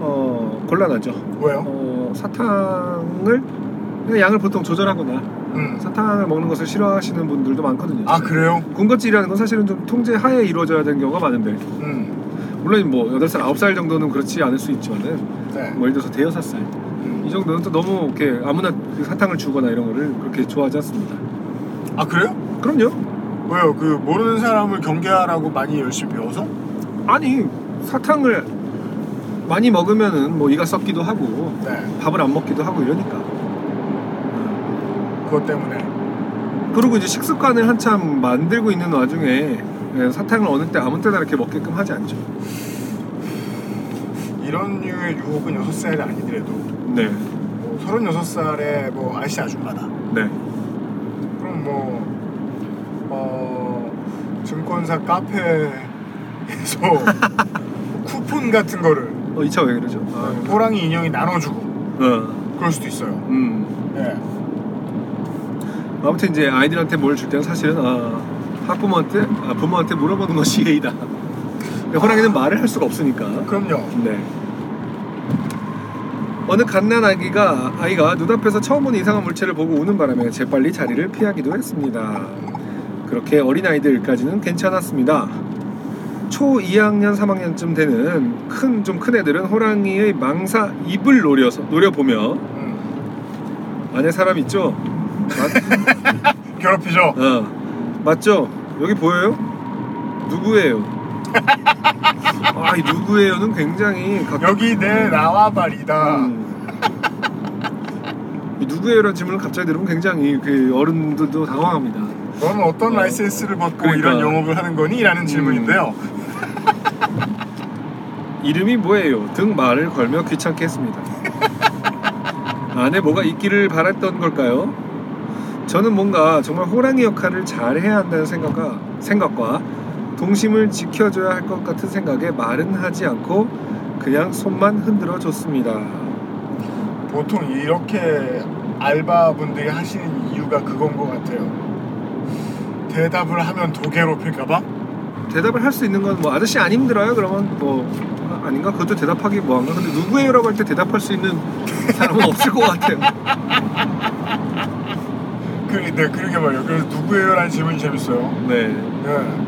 B: 어, 곤란하죠.
C: 왜요?
B: 어, 사탕을 그냥 양을 보통 조절하거나
C: 음.
B: 사탕을 먹는 것을 싫어하시는 분들도 많거든요.
C: 아 그래요?
B: 군것질이라는 건 사실은 좀 통제 하에 이루어져야 되는 경우가 많은데
C: 음.
B: 물론 뭐 8살, 9살 정도는 그렇지 않을 수 있지만은
C: 네.
B: 뭐 예를 들어서 대여섯 살 이
C: 음.
B: 정도는 또 너무 그 이렇게 아무나 사탕을 주거나 이런 거를 그렇게 좋아하지 않습니다.
C: 아 그래요?
B: 그럼요.
C: 왜요? 그 모르는 사람을 경계하라고 많이 열심히 배워서?
B: 아니 사탕을 많이 먹으면은 뭐 이가 썩기도 하고
C: 네.
B: 밥을 안 먹기도 하고 이러니까
C: 그것 때문에.
B: 그리고 이제 식습관을 한참 만들고 있는 와중에 예, 사탕을 어느 때 아무 때나 이렇게 먹게끔 하지 않죠.
C: 이런 류의 유혹은 6살이 아니더라도
B: 네,
C: 뭐 36살에 뭐 아저씨 아줌마다.
B: 네,
C: 그럼 뭐 어, 증권사 카페에서 쿠폰 같은 거를
B: 어, 이 차 왜 그러죠? 아,
C: 호랑이 인형이 나눠주고
B: 어,
C: 그럴 수도 있어요.
B: 음.
C: 예.
B: 아무튼 이제 아이들한테 뭘 줄 때는 사실은 아, 학부모한테 아, 부모한테 물어보는 것이 예의다. 호랑이는 말을 할 수가 없으니까.
C: 그럼요.
B: 네. 어느 갓난 아기가 아이가 눈앞에서 처음 보는 이상한 물체를 보고 우는 바람에 재빨리 자리를 피하기도 했습니다. 그렇게 어린 아이들까지는 괜찮았습니다. 초 2학년 3학년쯤 되는 큰 좀 큰 애들은 호랑이의 망사 입을 노려서 노려보며
C: 음.
B: 안에 사람 있죠? 맞,
C: 괴롭히죠.
B: 어, 맞죠? 여기 보여요? 누구예요? 아, 이 누구예요는 굉장히 각
C: 여기 내 나와바리다.
B: 음. 이 누구예요라는 질문을 갑자기 들으면 굉장히 그 어른들도 당황합니다.
C: 너는 어떤
B: 어.
C: 라이센스를 받고
B: 그러니까. 음.
C: 이런 영업을 하는 거니? 라는 질문인데요.
B: 이름이 뭐예요? 등 말을 걸며 귀찮게 했습니다. 안에 뭐가 있기를 바랐던 걸까요? 저는 뭔가 정말 호랑이 역할을 잘해야 한다는 생각과, 생각과 동심을 지켜줘야 할 것 같은 생각에 말은 하지 않고 그냥 손만 흔들어 줬습니다.
C: 보통 이렇게 알바분들이 하시는 이유가 그건 것 같아요. 대답을 하면 더 괴롭힐까봐?
B: 대답을 할 수 있는 건 뭐 아저씨 안 힘들어요? 그러면 뭐 아, 아닌가? 그것도 대답하기 뭐한가? 근데 누구예요라고 할 때 대답할 수 있는 사람은 없을 것 같아요.
C: 그, 네, 그러게 말이에요. 그래서 누구예요? 라는 질문이 재밌어요.
B: 네.
C: 네.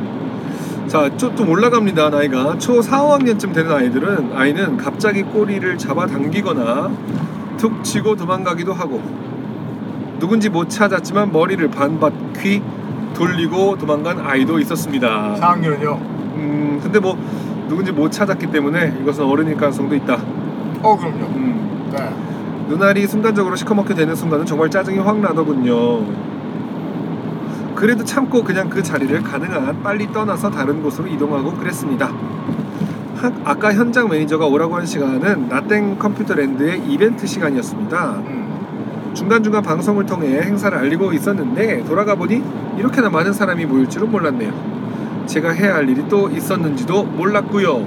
B: 자, 좀, 좀 올라갑니다. 나이가 초 4, 5학년쯤 되는 아이들은 아이는 갑자기 꼬리를 잡아당기거나 툭 치고 도망가기도 하고 누군지 못 찾았지만 머리를 반바퀴 돌리고 도망간 아이도 있었습니다.
C: 4학년이요.
B: 음, 근데 뭐 누군지 못 찾았기 때문에 이것은 어른일 가능성도 있다.
C: 어, 그럼요.
B: 음.
C: 네.
B: 눈알이 순간적으로 시커멓게 되는 순간은 정말 짜증이 확 나더군요. 그래도 참고 그냥 그 자리를 가능한 한 빨리 떠나서 다른 곳으로 이동하고 그랬습니다. 하- 아까 현장 매니저가 오라고 한 시간은 나땡 컴퓨터 랜드의 이벤트 시간이었습니다.
C: 음.
B: 중간중간 방송을 통해 행사를 알리고 있었는데 돌아가 보니 이렇게나 많은 사람이 모일 줄은 몰랐네요. 제가 해야 할 일이 또 있었는지도 몰랐고요.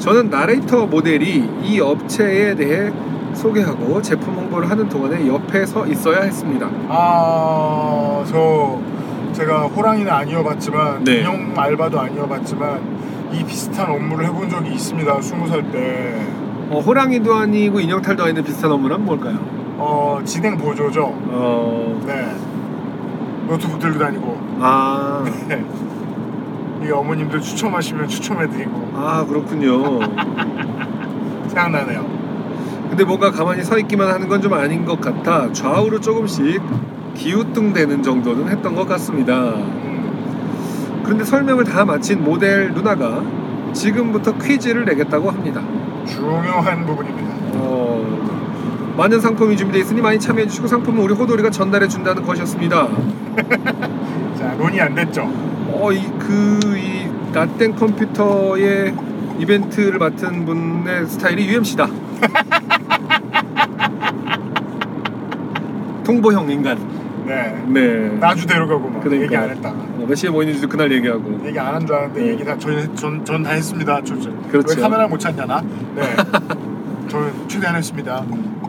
B: 저는 나레이터 모델이 이 업체에 대해 소개하고 제품 홍보를 하는 동안에 옆에 서 있어야 했습니다.
C: 아, 저, 제가 호랑이는 아니어봤지만,
B: 네.
C: 인형 알바도 아니어봤지만, 이 비슷한 업무를 해본 적이 있습니다. 20살 때.
B: 어, 호랑이도 아니고 인형탈도 아닌데 비슷한 업무란 뭘까요?
C: 어, 진행 보조죠.
B: 어...
C: 네. 노트북 들고 다니고
B: 아...
C: 이 어머님들 추첨하시면 추첨해드리고
B: 아 그렇군요.
C: 생각나네요.
B: 근데 뭔가 가만히 서 있기만 하는 건 좀 아닌 것 같아 좌우로 조금씩 기우뚱대는 정도는 했던 것 같습니다.
C: 음,
B: 그런데 설명을 다 마친 모델 누나가 지금부터 퀴즈를 내겠다고 합니다.
C: 중요한 부분입니다.
B: 어, 많은 상품이 준비되어 있으니 많이 참여해 주시고 상품은 우리 호돌이가 전달해 준다는 것이었습니다.
C: 자, 논의 안 됐죠?
B: 어, 이, 그, 이, 나땡 컴퓨터의 이벤트를 맡은 분의 스타일이 UMC다. 통보형 인간.
C: 네.
B: 네.
C: 나주 데려가고 막
B: 그러니까.
C: 얘기 안 했다.
B: 어, 몇 시에 모이는지도 그날 얘기하고
C: 얘기 안 한 줄 알았는데
B: 네.
C: 얘기 다, 전, 전, 전 다 했습니다. 저, 저.
B: 그렇죠.
C: 왜 카메라 못 찾냐나? 네. 저는 최대한 했습니다.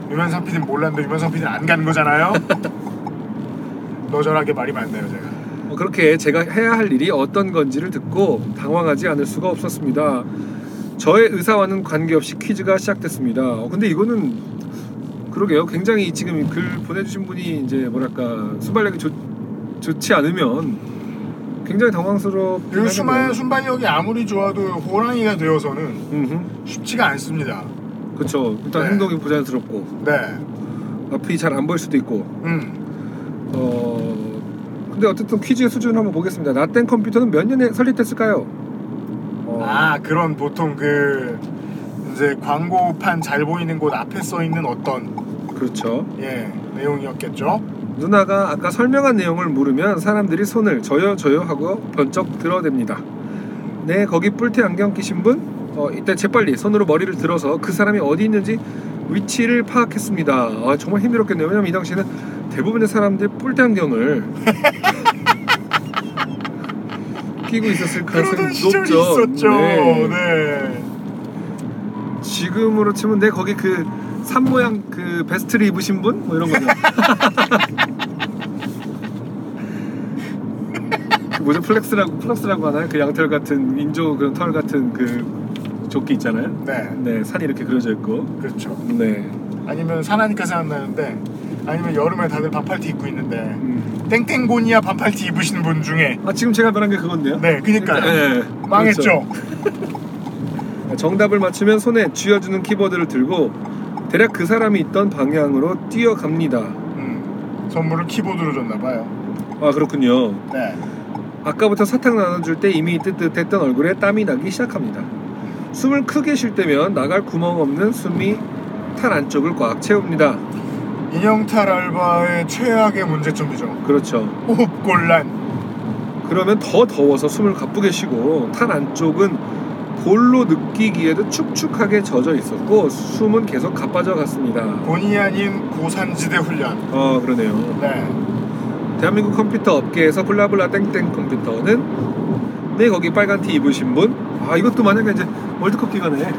C: 유면상 PD는 몰랐는데 유면상 PD는 안 간 거잖아요? 너절하게 말이 많네요, 제가.
B: 어, 그렇게 제가 해야 할 일이 어떤 건지를 듣고 당황하지 않을 수가 없었습니다 저의 의사와는 관계없이 퀴즈가 시작됐습니다 어, 근데 이거는 그러게요 굉장히 지금 글 보내주신 분이 이제 뭐랄까 순발력이 좋, 좋지 않으면 굉장히 당황스럽긴
C: 그 수마,
B: 하겠네요.
C: 순발력이 아무리 좋아도 호랑이가 되어서는
B: 음흠.
C: 쉽지가 않습니다.
B: 그쵸 일단
C: 네.
B: 행동이 부자연스럽고
C: 네.
B: 앞이 잘 안 보일 수도 있고
C: 음.
B: 어 근데 어쨌든 퀴즈의 수준을 한번 보겠습니다. 라텐 컴퓨터는 몇 년에 설립됐을까요? 어,
C: 아 그런 보통 그 이제 광고판 잘 보이는 곳 앞에 써 있는 어떤
B: 그렇죠.
C: 예 내용이었겠죠.
B: 누나가 아까 설명한 내용을 물으면 사람들이 손을 저요 저요 하고 번쩍 들어댑니다. 네 거기 뿔테 안경 끼신 분 어, 이때 재빨리 손으로 머리를 들어서 그 사람이 어디 있는지 위치를 파악했습니다. 아, 정말 힘들었겠네요. 왜냐면 이 당시에는 대부분의 사람들이 뿔테 안경을 끼고 있었을
C: 그러던
B: 가능성이
C: 시절이
B: 높죠.
C: 있었죠.
B: 그렇죠. 네.
C: 네.
B: 지금으로 치면 내 거기 그 산 모양 그 베스트를 입으신 분 뭐 이런 거죠. 그 뭐죠 플렉스라고 플렉스라고 하나요? 그 양털 같은 인조 그런 털 같은 그 조끼 있잖아요.
C: 네,
B: 네 산이 이렇게 그려져 있고
C: 그렇죠.
B: 네
C: 아니면 산하니까 생각나는데 아니면 여름에 다들 반팔티 입고 있는데
B: 음.
C: 땡땡고니아 반팔티 입으신 분 중에
B: 아 지금 제가 말한 게 그건데요.
C: 네, 그니까요.
B: 네,
C: 망했죠.
B: 그렇죠. 아, 정답을 맞추면 손에 쥐어주는 키보드를 들고 대략 그 사람이 있던 방향으로 뛰어갑니다.
C: 음, 선물을 키보드로 줬나 봐요.
B: 아 그렇군요.
C: 네.
B: 아까부터 사탕 나눠줄 때 이미 뜨뜻했던 얼굴에 땀이 나기 시작합니다. 숨을 크게 쉴 때면 나갈 구멍 없는 숨이 탈 안쪽을 꽉 채웁니다.
C: 인형탈 알바의 최악의 문제점이죠.
B: 그렇죠.
C: 호흡곤란.
B: 그러면 더 더워서 숨을 가쁘게 쉬고 탈 안쪽은 볼로 느끼기에도 축축하게 젖어 있었고 숨은 계속 가빠져 갔습니다.
C: 본의 아닌 고산지대 훈련.
B: 아 그러네요.
C: 네.
B: 대한민국 컴퓨터 업계에서 블라블라 땡땡 컴퓨터는 네 거기 빨간 티 입으신 분. 아 이것도 만약에 이제 월드컵 기간에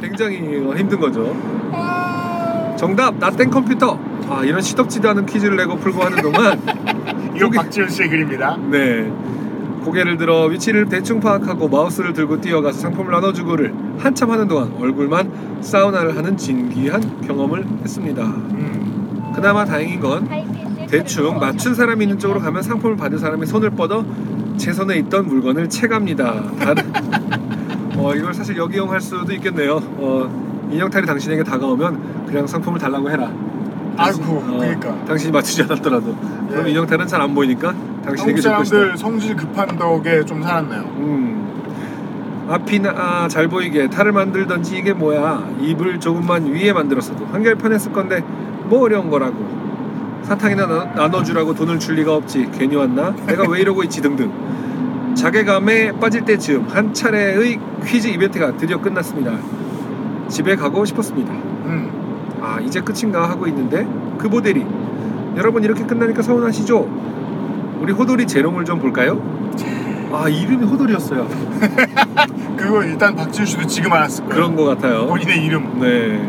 B: 굉장히 어, 힘든 거죠. 정답 나땡 컴퓨터. 아 이런 시덥지도 않은 퀴즈를 내고 풀고 하는 동안
C: 이거
B: 여기-
C: 박지현 씨의 글입니다.
B: 네 고개를 들어 위치를 대충 파악하고 마우스를 들고 뛰어가서 상품을 나눠주고를 한참 하는 동안 얼굴만 사우나를 하는 진기한 경험을 했습니다.
C: 음,
B: 그나마 다행인 건 대충 맞춘 사람이 있는 쪽으로 가면 상품을 받은 사람이 손을 뻗어 제 손에 있던 물건을 채갑니다. 다른- 어, 이걸 사실 역이용할 수도 있겠네요. 어, 인형탈이 당신에게 다가오면 그냥 상품을 달라고 해라.
C: 아이고,
B: 어,
C: 그니까.
B: 당신이 맞추지 않았더라도. 그럼
C: 예.
B: 인형탈은 잘 안 보이니까 당신에게
C: 한국
B: 줄 것이다.
C: 사람들 성질 급한 덕에 좀 살았네요.
B: 음. 앞이나 아, 잘 보이게 탈을 만들던지 이게 뭐야 입을 조금만 위에 만들었어도 한결편했을 건데 뭐 어려운 거라고 사탕이나 나눠, 주라고 돈을 줄 리가 없지 괜히 왔나 내가 왜 이러고 있지 등등 자괴감에 빠질 때쯤 한 차례의 퀴즈 이벤트가 드디어 끝났습니다 집에 가고 싶었습니다
C: 음,
B: 아 이제 끝인가 하고 있는데 그 모델이 여러분 이렇게 끝나니까 서운하시죠? 우리 호돌이 재롱을 좀 볼까요? 아 이름이 호돌이었어요
C: 그거 일단 박지현 씨도 지금 알았을 거예요.
B: 그런 것 같아요
C: 본인의 이름.
B: 네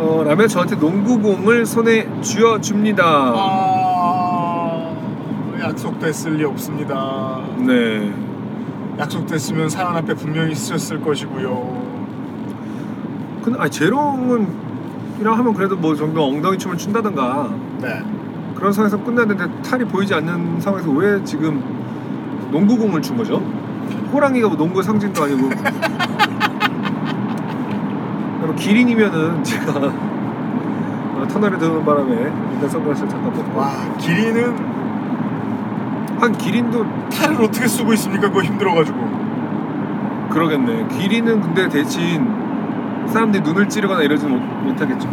B: 어, 라며 저한테 농구공을 손에 쥐어줍니다
C: 아, 약속됐을 리 없습니다.
B: 네
C: 약속됐으면 사연 앞에 분명히 쓰셨을 것이고요.
B: 근데 아 재롱은 이라 하면 그래도 뭐 정도 엉덩이 춤을 춘다던가
C: 네.
B: 그런 상황에서 끝났는데 탈이 보이지 않는 상황에서 왜 지금 농구공을 준 거죠? 호랑이가 뭐 농구의 상징도 아니고 그리고 기린이면은 제가 어, 터널에 들어오는 바람에 일단 선글라스를 잠깐 벗고
C: 와, 길이는
B: 한 기린도
C: 탈을 어떻게 쓰고 있습니까? 그거 힘들어가지고.
B: 그러겠네 기린은 근데 대신 사람들이 눈을 찌르거나 이러진 못, 못하겠죠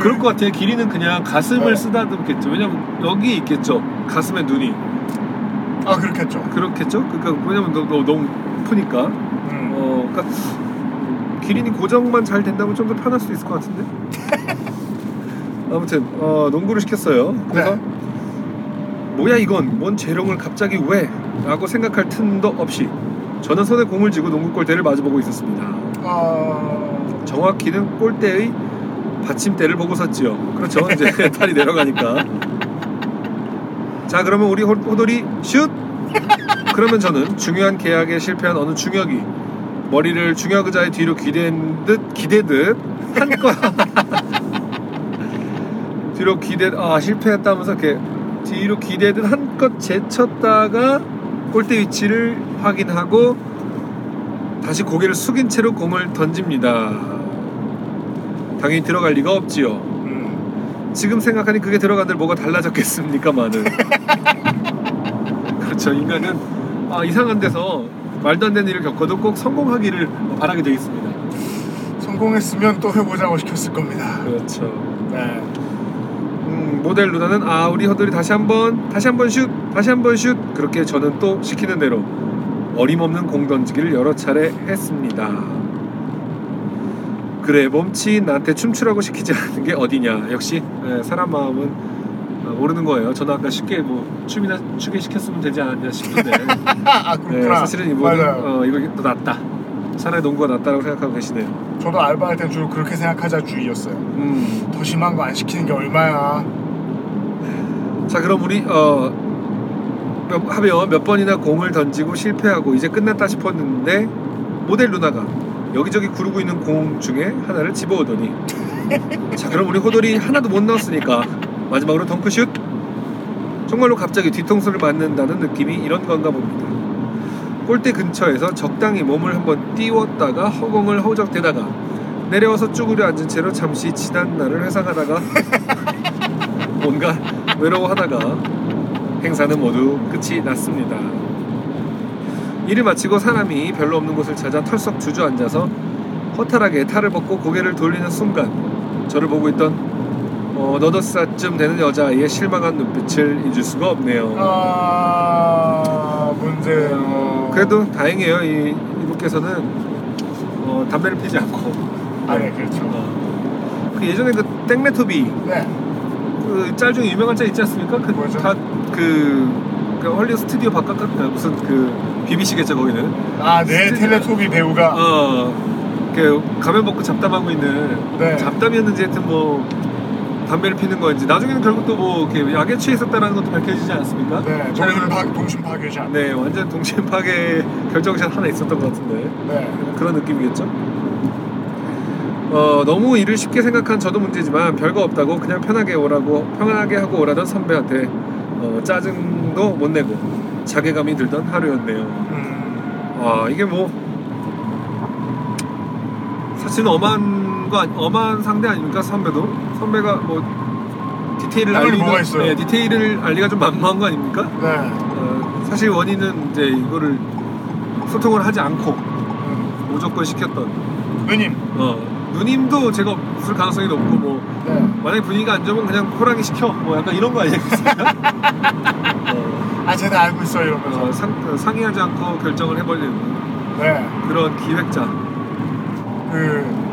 B: 그럴 것 같아요 기린은 그냥 가슴을
C: 네.
B: 쓰다듬겠죠 왜냐면 여기 있겠죠 가슴에 눈이
C: 아, 그렇겠죠.
B: 그렇겠죠? 그러니까 왜냐면 너, 너 너무 푸니까.
C: 음.
B: 어, 그러니까 기린이 고정만 잘 된다면 좀 더 편할 수 있을 것 같은데. 아무튼 어, 농구를 시켰어요. 그래서
C: 네.
B: 뭐야 이건 뭔 재롱을 갑자기 왜? 라고 생각할 틈도 없이 저는 손에 공을 쥐고 농구 골대를 마주보고 있었습니다.
C: 아,
B: 정확히는 골대의 받침대를 보고 섰지요. 그렇죠. 이제 탈이 내려가니까. 자, 그러면 우리 호- 호돌이 슛! 그러면 저는 중요한 계약에 실패한 어느 중역이 머리를 중역 의자의 뒤로 기댄 듯 기대듯 한껏 뒤로 기대 아 실패했다면서 이렇게 뒤로 기대듯 한껏 제쳤다가 골대 위치를 확인하고 다시 고개를 숙인 채로 공을 던집니다. 당연히 들어갈 리가 없지요.
C: 음.
B: 지금 생각하니 그게 들어가들 뭐가 달라졌겠습니까만은. 그렇죠. 인간은 아, 이상한 데서 말도 안 되는 일을 겪어도 꼭 성공하기를 바라게 되어 있습니다.
C: 성공했으면 또 해보자고 시켰을 겁니다.
B: 그렇죠.
C: 네.
B: 음, 모델 누나는 아 우리 허들이 다시 한번 다시 한번 슛 다시 한번 슛 그렇게 저는 또 시키는 대로 어림없는 공 던지기를 여러 차례 했습니다. 그래 몸치인 나한테 춤추라고 시키지 않는 게 어디냐 역시 예, 사람 마음은 아, 모르는 거예요. 저는 아까 쉽게 뭐 춤이나 추게 시켰으면 되지 않았냐 싶은데
C: 아, 아
B: 네,
C: 그렇구나.
B: 사실은 이분은
C: 맞아요.
B: 어, 이거 또 낫다. 차라리 농구가 낫다라고 생각하고 계시네요.
C: 저도 알바할 때 주로 그렇게 생각하자 주의였어요.
B: 음.
C: 더 심한 거 안 시키는 게 얼마야.
B: 자 그럼 우리 어 몇, 하면 몇 번이나 공을 던지고 실패하고 이제 끝났다 싶었는데 모델 누나가 여기저기 구르고 있는 공 중에 하나를 집어오더니 자 그럼 우리 호돌이 하나도 못 넣었으니까 마지막으로 덩크슛 정말로 갑자기 뒤통수를 맞는다는 느낌이 이런 건가 봅니다 골대 근처에서 적당히 몸을 한번 띄웠다가 허공을 허우적대다가 내려와서 쭈그려 앉은 채로 잠시 지난 날을 회상하다가 뭔가 외로워하다가 행사는 모두 끝이 났습니다. 일을 마치고 사람이 별로 없는 곳을 찾아 털썩 주저앉아서 허탈하게 탈을 벗고 고개를 돌리는 순간 저를 보고 있던 어, 너더사쯤 되는 여자아이의 실망한 눈빛을 잊을 수가 없네요.
C: 아 문제요.
B: 어,
C: 어.
B: 그래도 다행이에요. 이, 이분께서는 어, 담배를 피지 않고
C: 아네 그렇죠.
B: 어, 그 예전에 그 땡레토비
C: 네.
B: 그 짤 중에 유명한 짤 있지 않습니까? 그
C: 뭐죠?
B: 다 그, 그 헐리우드 스튜디오 바깥 같 무슨 그 BBC겠죠 거기는.
C: 아내 네,
B: 진짜.
C: 텔레토비 배우가
B: 어. 그 가면 벗고 잡담하고 있는
C: 네.
B: 잡담이었는지 하여튼 뭐 담배를 피는 건지 나중에는 결국 또 뭐 이렇게 약에 취했었다라는 것도 밝혀지지 않습니까?
C: 네 동심 파 동심 파괴자.
B: 네, 완전 동심 파괴 결정샷 하나 있었던 것 같은데.
C: 네.
B: 그런 느낌이겠죠. 어, 너무 일을 쉽게 생각한 저도 문제지만 별거 없다고 그냥 편하게 오라고 편하게 하고 오라던 선배한테 어, 짜증도 못 내고 자괴감이 들던 하루였네요.
C: 음,
B: 아 이게 뭐 사실은 엄한 거 아니, 엄한 상대 아닙니까 선배도 선배가 뭐 디테일을
C: 아무리
B: 알리가
C: 뭐가 있어요.
B: 네, 디테일을 알리가 좀 만만한 거 아닙니까?
C: 네.
B: 어, 사실 원인은 이제 이거를 소통을 하지 않고
C: 음.
B: 무조건 시켰던
C: 누님.
B: 어, 누님도 제가 없을 가능성이 높고 뭐
C: 네.
B: 만약에 분위기가 안 좋으면 그냥 호랑이 시켜 뭐 약간 이런 거 아니겠습니까? 어,
C: 아 제가 알고 있어요 이러면서.
B: 어, 상, 어, 상의하지 않고 결정을 해버리는
C: 네.
B: 그런 기획자
C: 그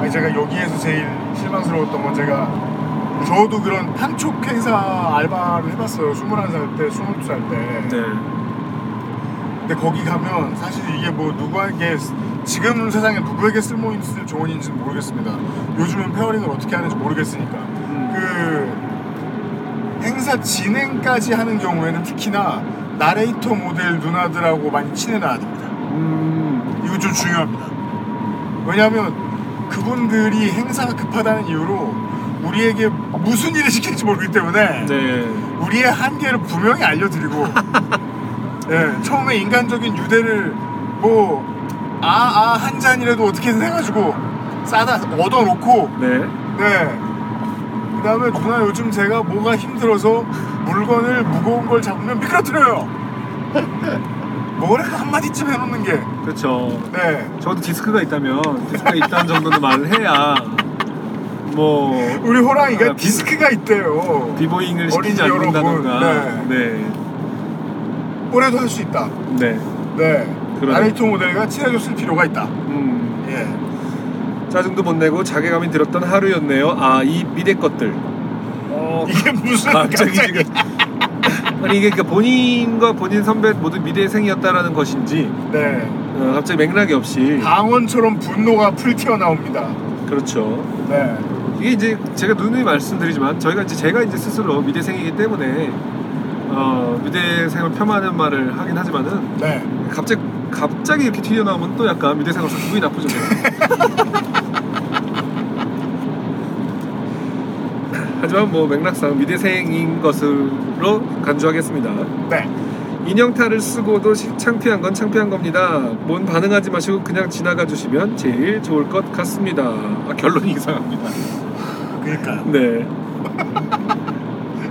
C: 아니, 제가 여기에서 제일 실망스러웠던 건 제가 저도 그런 판촉 행사 알바를 해봤어요. 21살 때, 22살 때.
B: 네.
C: 근데 거기 가면 사실 이게 뭐 누구에게 지금 세상에 누구에게 쓸모 있을 조언인지는 모르겠습니다. 요즘은 페어링을 어떻게 하는지 모르겠으니까.
B: 음,
C: 그 행사 진행까지 하는 경우에는 특히나 나레이터 모델 누나들하고 많이 친해놔야 됩니다.
B: 음,
C: 이거 좀 중요합니다. 왜냐하면 그분들이 행사가 급하다는 이유로 우리에게 무슨 일을 시킬지 모르기 때문에
B: 네.
C: 우리의 한계를 분명히 알려드리고 예, 처음에 인간적인 유대를 뭐 아 아 한 잔이라도 어떻게든 해가지고 싸다 얻어놓고
B: 네.
C: 네. 그다음에 누나 요즘 제가 뭐가 힘들어서 물건을 무거운 걸 잡으면 미끄러뜨려요. 뭐라고 한마디쯤 해놓는 게
B: 그렇죠.
C: 네.
B: 저도 디스크가 있다면 디스크가 있다는 정도는 말을 해야 뭐
C: 우리 호랑이가
B: 아,
C: 디스크가 있대요.
B: 비보잉을 시키지
C: 어린이
B: 않는다던가
C: 여러분, 올해도 할 수 있다.
B: 네. 네.
C: 네.
B: 그러네.
C: 나레이터 모델과 친해졌을 필요가 있다.
B: 음.
C: 예.
B: 짜증도 못 내고 자괴감이 들었던 하루였네요. 아, 이 미래 것들. 어,
C: 이게 무슨
B: 갑자기 지금. 아니, 이게 그러니까 본인과 본인 선배 모두 미래생이었다라는 것인지,
C: 네.
B: 어, 갑자기 맥락이 없이.
C: 방언처럼 분노가 풀 튀어나옵니다.
B: 그렇죠.
C: 네.
B: 이게 이제 제가 누누이 말씀드리지만, 저희가 이제 제가 이제 스스로 미래생이기 때문에, 어, 미래생을 폄하하는 말을 하긴 하지만은,
C: 네.
B: 갑자기, 갑자기 이렇게 튀어나오면 또 약간 미래생으로서 기분이 나쁘죠. 하지만 뭐 맥락상 미대생인 것으로 간주하겠습니다.
C: 네.
B: 인형탈을 쓰고도 시- 창피한 건 창피한 겁니다. 뭔 반응하지 마시고 그냥 지나가 주시면 제일 좋을 것 같습니다. 아, 결론이 이상합니다.
C: 그러니까
B: 네.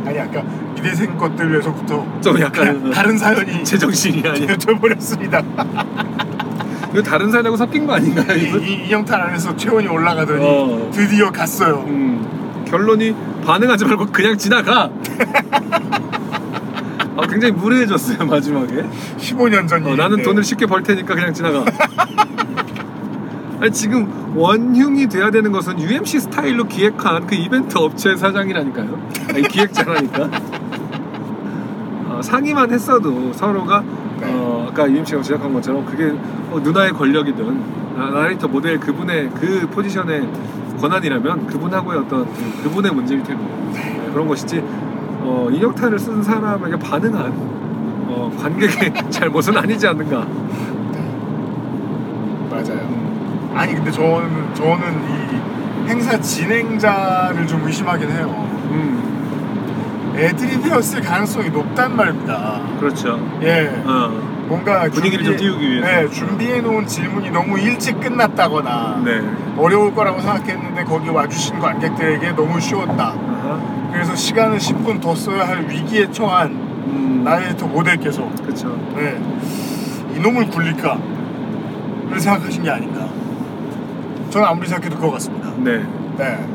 C: 아니 아까 미대생 것들에서부터
B: 좀
C: 그냥
B: 약간
C: 다른 사연이
B: 네, 제정신이 아니에요.
C: 여쭤버렸습니다.
B: 이거 다른 사람하고 섞인 거 아닌가요? 이거?
C: 이, 이 인형탈 안에서 체온이 올라가더니
B: 어.
C: 드디어 갔어요.
B: 음, 결론이 반응하지 말고 그냥 지나가. 아, 굉장히 무례해졌어요 마지막에.
C: 15년 전
B: 어,
C: 일인데
B: 나는 돈을 쉽게 벌 테니까 그냥 지나가. 아니 지금 원흉이 돼야 되는 것은 UMC 스타일로 기획한 그 이벤트 업체 사장이라니까요. 아니 기획자라니까. 어, 상의만 했어도 서로가 어, 아까 UMC가 지적한 것처럼 그게 어, 누나의 권력이든 나- 나레이터 모델 그분의 그 포지션의 권한이라면 그분하고의 어떤 그- 그분의 문제일 테고 네, 그런 것이지 어, 인혁탄을 쓴 사람에게 반응한 어, 관객의 잘못은 아니지 않는가.
C: 맞아요. 아니 근데 저는 저는 이 행사 진행자를 좀 의심하긴 해요.
B: 음,
C: 애드립이었을 가능성이 높단 말입니다.
B: 그렇죠.
C: 예,
B: 어,
C: 뭔가
B: 분위기를 좀 띄우기 위해서.
C: 네, 준비해 놓은 질문이 너무 일찍 끝났다거나
B: 네.
C: 어려울 거라고 생각했는데 거기 와주신 관객들에게 너무 쉬웠다.
B: 아하.
C: 그래서 시간을 10분 더 써야 할 위기에 처한
B: 음,
C: 나의 또 모델께서
B: 그렇죠.
C: 네, 이놈을 굴릴까? 를 생각하신 게 아닌가. 저는 아무리 생각해도 그거 같습니다.
B: 네.
C: 네.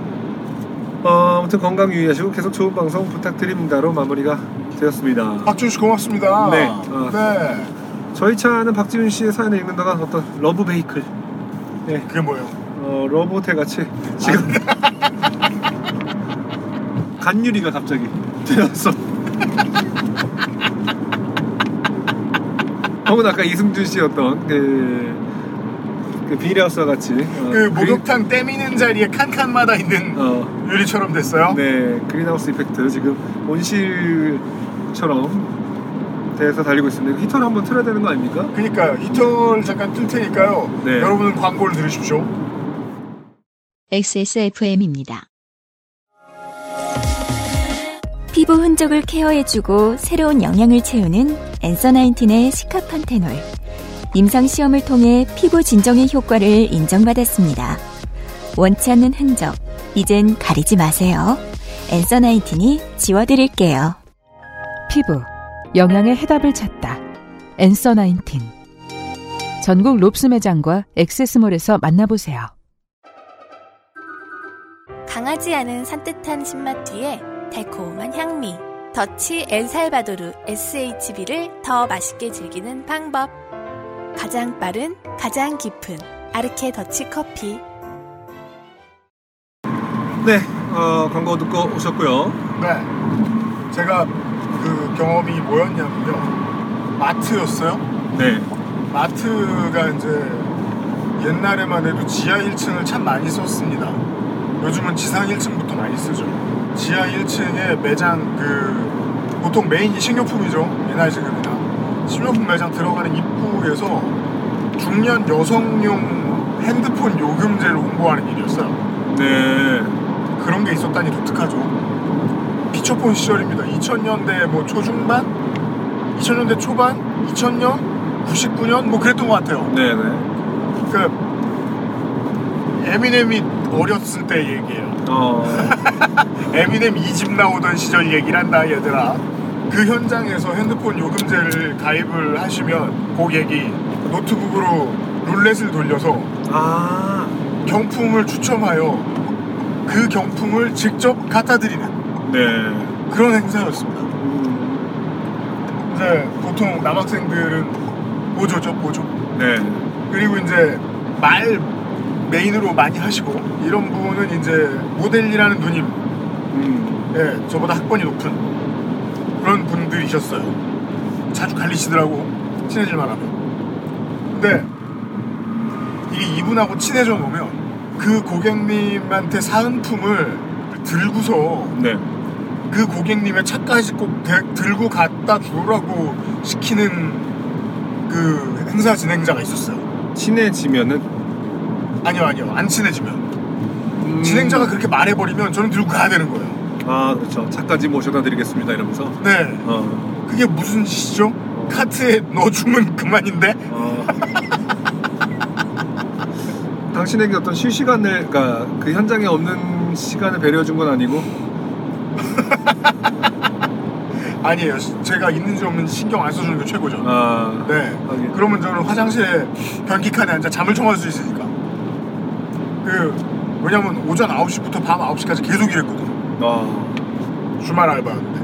B: 어, 아무튼 건강 유의하시고 계속 좋은 방송 부탁드립니다로 마무리가 되었습니다.
C: 박준 씨 고맙습니다.
B: 네. 어.
C: 네.
B: 저희 차는 박지윤 씨의 사연을 읽는 동안 어떤 러브 베이클,
C: 그게 뭐예요?
B: 어, 러브 호텔 같이 지금 간유리가 갑자기 되었어. 혹은 아까 이승준 씨였던 그, 그 비리하우스와 같이 어,
C: 그
B: 그린-
C: 목욕탕 때미는 자리에 칸칸마다 있는
B: 어,
C: 유리처럼 됐어요.
B: 네, 그린하우스 이펙트 지금 온실처럼 돼서 달리고 있습니다. 이거 히터를 한번 틀어야 되는 거 아닙니까?
C: 그러니까요. 히터를 잠깐 뜰 테니까요.
B: 네.
C: 여러분은 광고를 들으십시오.
A: XSFM입니다.
F: 피부 흔적을 케어해주고 새로운 영양을 채우는 엔서나인틴의 시카판테놀. 임상시험을 통해 피부 진정의 효과를 인정받았습니다. 원치 않는 흔적, 이젠 가리지 마세요. 엔서나인틴이 지워드릴게요.
H: 피부, 영양의 해답을 찾다. 엔서 19. 전국 롭스 매장과 액세스몰에서 만나보세요.
I: 강하지 않은 산뜻한 신맛 뒤에 달콤한 향미. 더치 엘살바도르 SHB를 더 맛있게 즐기는 방법. 가장 빠른, 가장 깊은 아르케 더치 커피.
B: 네, 어, 광고 듣고 오셨고요.
C: 네. 제가 그 경험이 뭐였냐면요. 마트였어요.
B: 네,
C: 마트가 이제 옛날에만 해도 지하 1층을 참 많이 썼습니다. 요즘은 지상 1층부터 많이 쓰죠. 지하 1층에 매장 그 보통 메인이 식료품이죠. 예나 지금이나 식료품 매장 들어가는 입구에서 중년 여성용 핸드폰 요금제를 홍보하는 일이었어요.
B: 네,
C: 그런 게 있었다니 독특하죠. 피처폰 시절입니다. 2000년대 뭐 초중반, 2000년대 초반, 2000년, 99년 뭐 그랬던 것 같아요.
B: 네, 네.
C: 그 에미넴이 어렸을 때 얘기예요.
B: 어,
C: 에미넴 이 집 나오던 시절 얘기란다 얘들아. 그 현장에서 핸드폰 요금제를 가입을 하시면 그 얘기 노트북으로 룰렛을 돌려서
B: 아,
C: 경품을 추첨하여 그 경품을 직접 갖다 드리는
B: 네.
C: 그런 행사였습니다.
B: 음,
C: 이제 보통 남학생들은 보조죠, 보조.
B: 네,
C: 그리고 이제 말 메인으로 많이 하시고 이런 분은 이제 모델이라는 누님,
B: 음,
C: 예, 저보다 학번이 높은 그런 분들이셨어요. 자주 갈리시더라고 친해질만 하면. 근데 이게 이분하고 친해져 놓으면 그 고객님한테 사은품을 들고서
B: 네.
C: 그 고객님의 차까지 꼭 데- 들고 갖다 주라고 시키는 그 행사 진행자가 있었어요.
B: 친해지면은
C: 아니요, 아니요. 안 친해지면.
B: 음,
C: 진행자가 그렇게 말해버리면 저는 들고 가야 되는 거예요.
B: 아, 그렇죠. 차까지 모셔다 드리겠습니다 이러면서.
C: 네.
B: 어,
C: 그게 무슨 짓이죠?
B: 어,
C: 카트에 넣어주면 그만인데?
B: 어. 당신에게 어떤 실시간을 그러니까 그 현장에 없는 시간을 배려해 준 건 아니고
C: 아니에요. 제가 있는지 없는지 신경 안 써주는 게 최고죠.
B: 아
C: 네.
B: 하긴.
C: 그러면 저는 화장실에 변기 칸에 앉아 잠을 청할 수 있으니까. 그 왜냐면 오전 9시부터 밤 9시까지 계속 일했거든.
B: 아
C: 주말 알바였는데.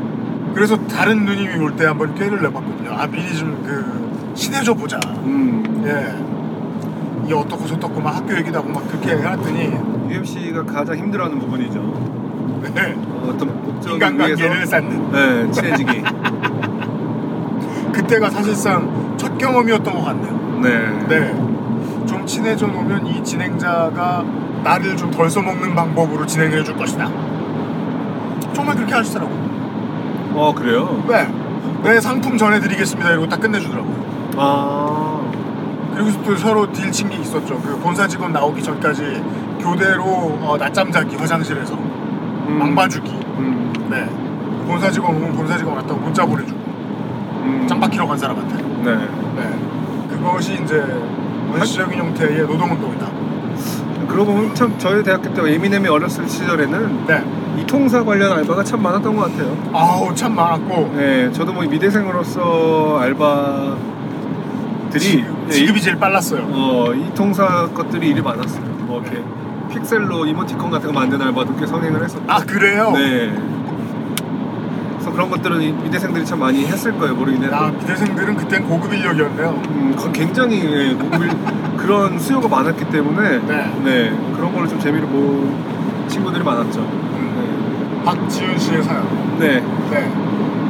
C: 그래서 다른 누님이 올 때 한번 꾀를 내봤거든요. 아 미리 좀 그 친해져 보자.
B: 음.
C: 예. 이 어떻고 저떻고 막 학교 얘기다고 막 그렇게 해놨더니
B: UMC가 가장 힘들어하는 부분이죠.
C: 네.
B: 어, 어떤 목적을
C: 인간관계를
B: 위해서
C: 쌓는
B: 네, 친해지기.
C: 그때가 사실상 첫 경험이었던 것 같네요.
B: 네.
C: 네. 좀 친해져 놓으면 이 진행자가 나를 좀 덜 써먹는 방법으로 진행해 줄 것이다. 정말 그렇게 하시더라고요.
B: 어 그래요?
C: 네. 내 상품 전해드리겠습니다. 이러고 딱 끝내주더라고요.
B: 아
C: 그리고 또 서로 딜친 게 있었죠. 그 본사 직원 나오기 전까지 교대로 어, 낮잠 자기 화장실에서
B: 음.
C: 망봐주기.
B: 음.
C: 네. 본사 직원 오면 본사 직원 왔다고 문자 보내주고
B: 음.
C: 짬바키러 간 사람한테.
B: 네.
C: 네. 그것이 이제 원시적인 형태의 노동운동이다.
B: 그러고 보면 참 저희 대학교 때 예민함이 어렸을 시절에는
C: 네.
B: 이 통사 관련 알바가 참 많았던 것 같아요.
C: 아우 참 많았고
B: 네, 저도 뭐 미대생으로서 알바들이
C: 지급,
B: 예,
C: 지급이
B: 이-
C: 제일 빨랐어요.
B: 어, 이 통사 것들이 일이 많았어요. 뭐 이렇게 픽셀로 이모티콘 같은 거 만드는 알바도 꽤 성행을 했었고.
C: 네. 아 그래요?
B: 네. 그래서 그런 것들은 이 미대생들이 참 많이 했을 거예요. 모르긴 해도.
C: 야 미대생들은 아, 그땐 고급 인력이었네요.
B: 음, 그건 굉장히 예, 뭐, 그런 수요가 많았기 때문에
C: 네.
B: 네, 그런 걸로 좀 재미를 본 친구들이 많았죠.
C: 음, 박지윤 씨의 사연.
B: 네.
C: 네.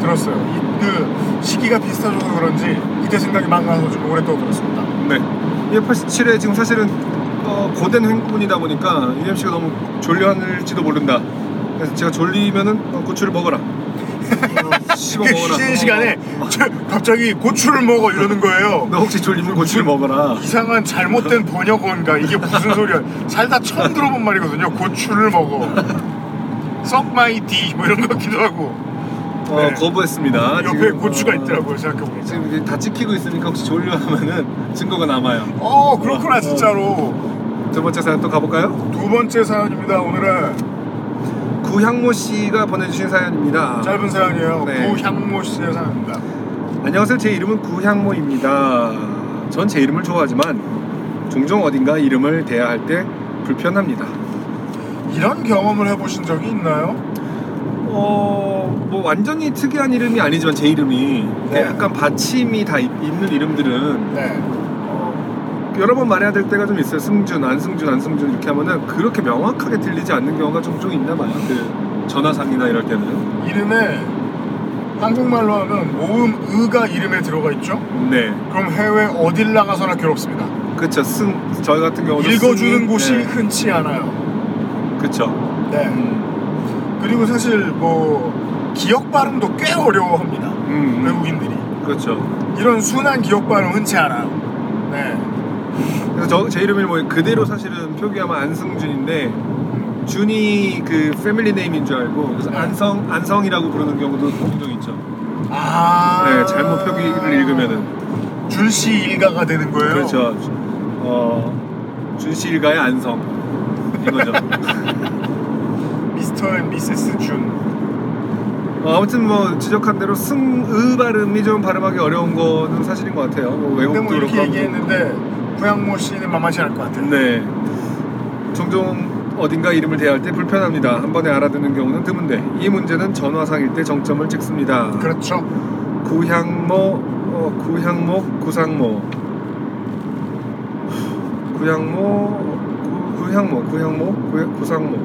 C: 들었어요. 이, 그 시기가 비슷해져서 그런지 그때 생각이 막 나서 좀 오래 떠들었습니다.
B: 네. 287에 지금 사실은 어, 고된 행군이다 보니까 UMC가 너무 졸려할지도 모른다. 그래서 제가 졸리면은 어, 고추를 먹어라. 어, 씹어
C: 그
B: 먹어라.
C: 쉬는 시간에 저, 갑자기 고추를 먹어 이러는 거예요.
B: 너 혹시 졸리면 고추를
C: 네.
B: 먹어라.
C: 이상한 잘못된 번역어인가 이게 무슨 소리야 살다 처음 들어본 말이거든요 고추를 먹어 썩 마이 디뭐 이런 것 같기도 하고
B: 어,
C: 네.
B: 거부했습니다.
C: 옆에
B: 지금,
C: 고추가
B: 어,
C: 있더라고요 생각해보니까
B: 지금 이제 다 찍히고 있으니까 혹시 졸려하면은 증거가 남아요.
C: 어 그렇구나 진짜로
B: 두 번째 사연 또 가볼까요?
C: 두 번째 사연입니다 오늘은
B: 구향모 씨가 보내주신 사연입니다.
C: 짧은 사연이에요
B: 네.
C: 구향모 씨의 사연입니다
B: 안녕하세요. 제 이름은 구향모입니다. 전 제 이름을 좋아하지만 종종 어딘가 이름을 대야 할 때 불편합니다.
C: 이런 경험을 해보신 적이 있나요?
B: 어, 뭐 완전히 특이한 이름이 아니지만 제 이름이
C: 네.
B: 약간 받침이 다 있, 는 이름들은
C: 네
B: 어, 여러 번 말해야 될 때가 좀 있어요. 승준, 안승준, 안승준 이렇게 하면은 그렇게 명확하게 들리지 않는 경우가 종종 있나 봐요. 그 전화상이나 이럴 때는.
C: 이름에 한국말로 하면 모음 의가 이름에 들어가 있죠
B: 네.
C: 그럼 해외 어딜 나가서나 괴롭습니다
B: 그쵸. 승, 저희 같은 경우는
C: 읽어주는
B: 승인,
C: 곳이
B: 네.
C: 흔치 않아요
B: 그쵸.
C: 네
B: 음,
C: 그리고 사실 뭐 기억 발음도 꽤 어려워합니다.
B: 음, 음.
C: 외국인들이
B: 그렇죠.
C: 이런 순한 기억 발음 흔치 않아요. 네,
B: 그래서 저, 제 이름을 뭐 그대로 사실은 표기하면 안승준인데 준이 그 패밀리 네임인 줄 알고 그래서 안성 안성이라고 부르는 경우도 종종 있죠.
C: 아,
B: 네 잘못 표기를 읽으면은
C: 줄시 일가가 되는 거예요.
B: 그렇죠. 어 준씨 일가의 안성 이거죠.
C: 미스터 앤 미세스 준.
B: 어, 아무튼 뭐 지적한 대로 승의 발음이 좀 발음하기 어려운 거는 사실인 것 같아요. 뭐
C: 근데
B: 외국도
C: 뭐 이렇게
B: 그렇고
C: 얘기했는데 구양모 씨는 만만치 않을 것 같아요.
B: 네. 종종 어딘가 이름을 대할 때 불편합니다. 한 번에 알아듣는 경우는 드문데 이 문제는 전화상일 때 정점을 찍습니다.
C: 그렇죠.
B: 구향모, 어, 구향목, 구상모. 구향모, 구, 구향모, 구향모, 구, 구상모,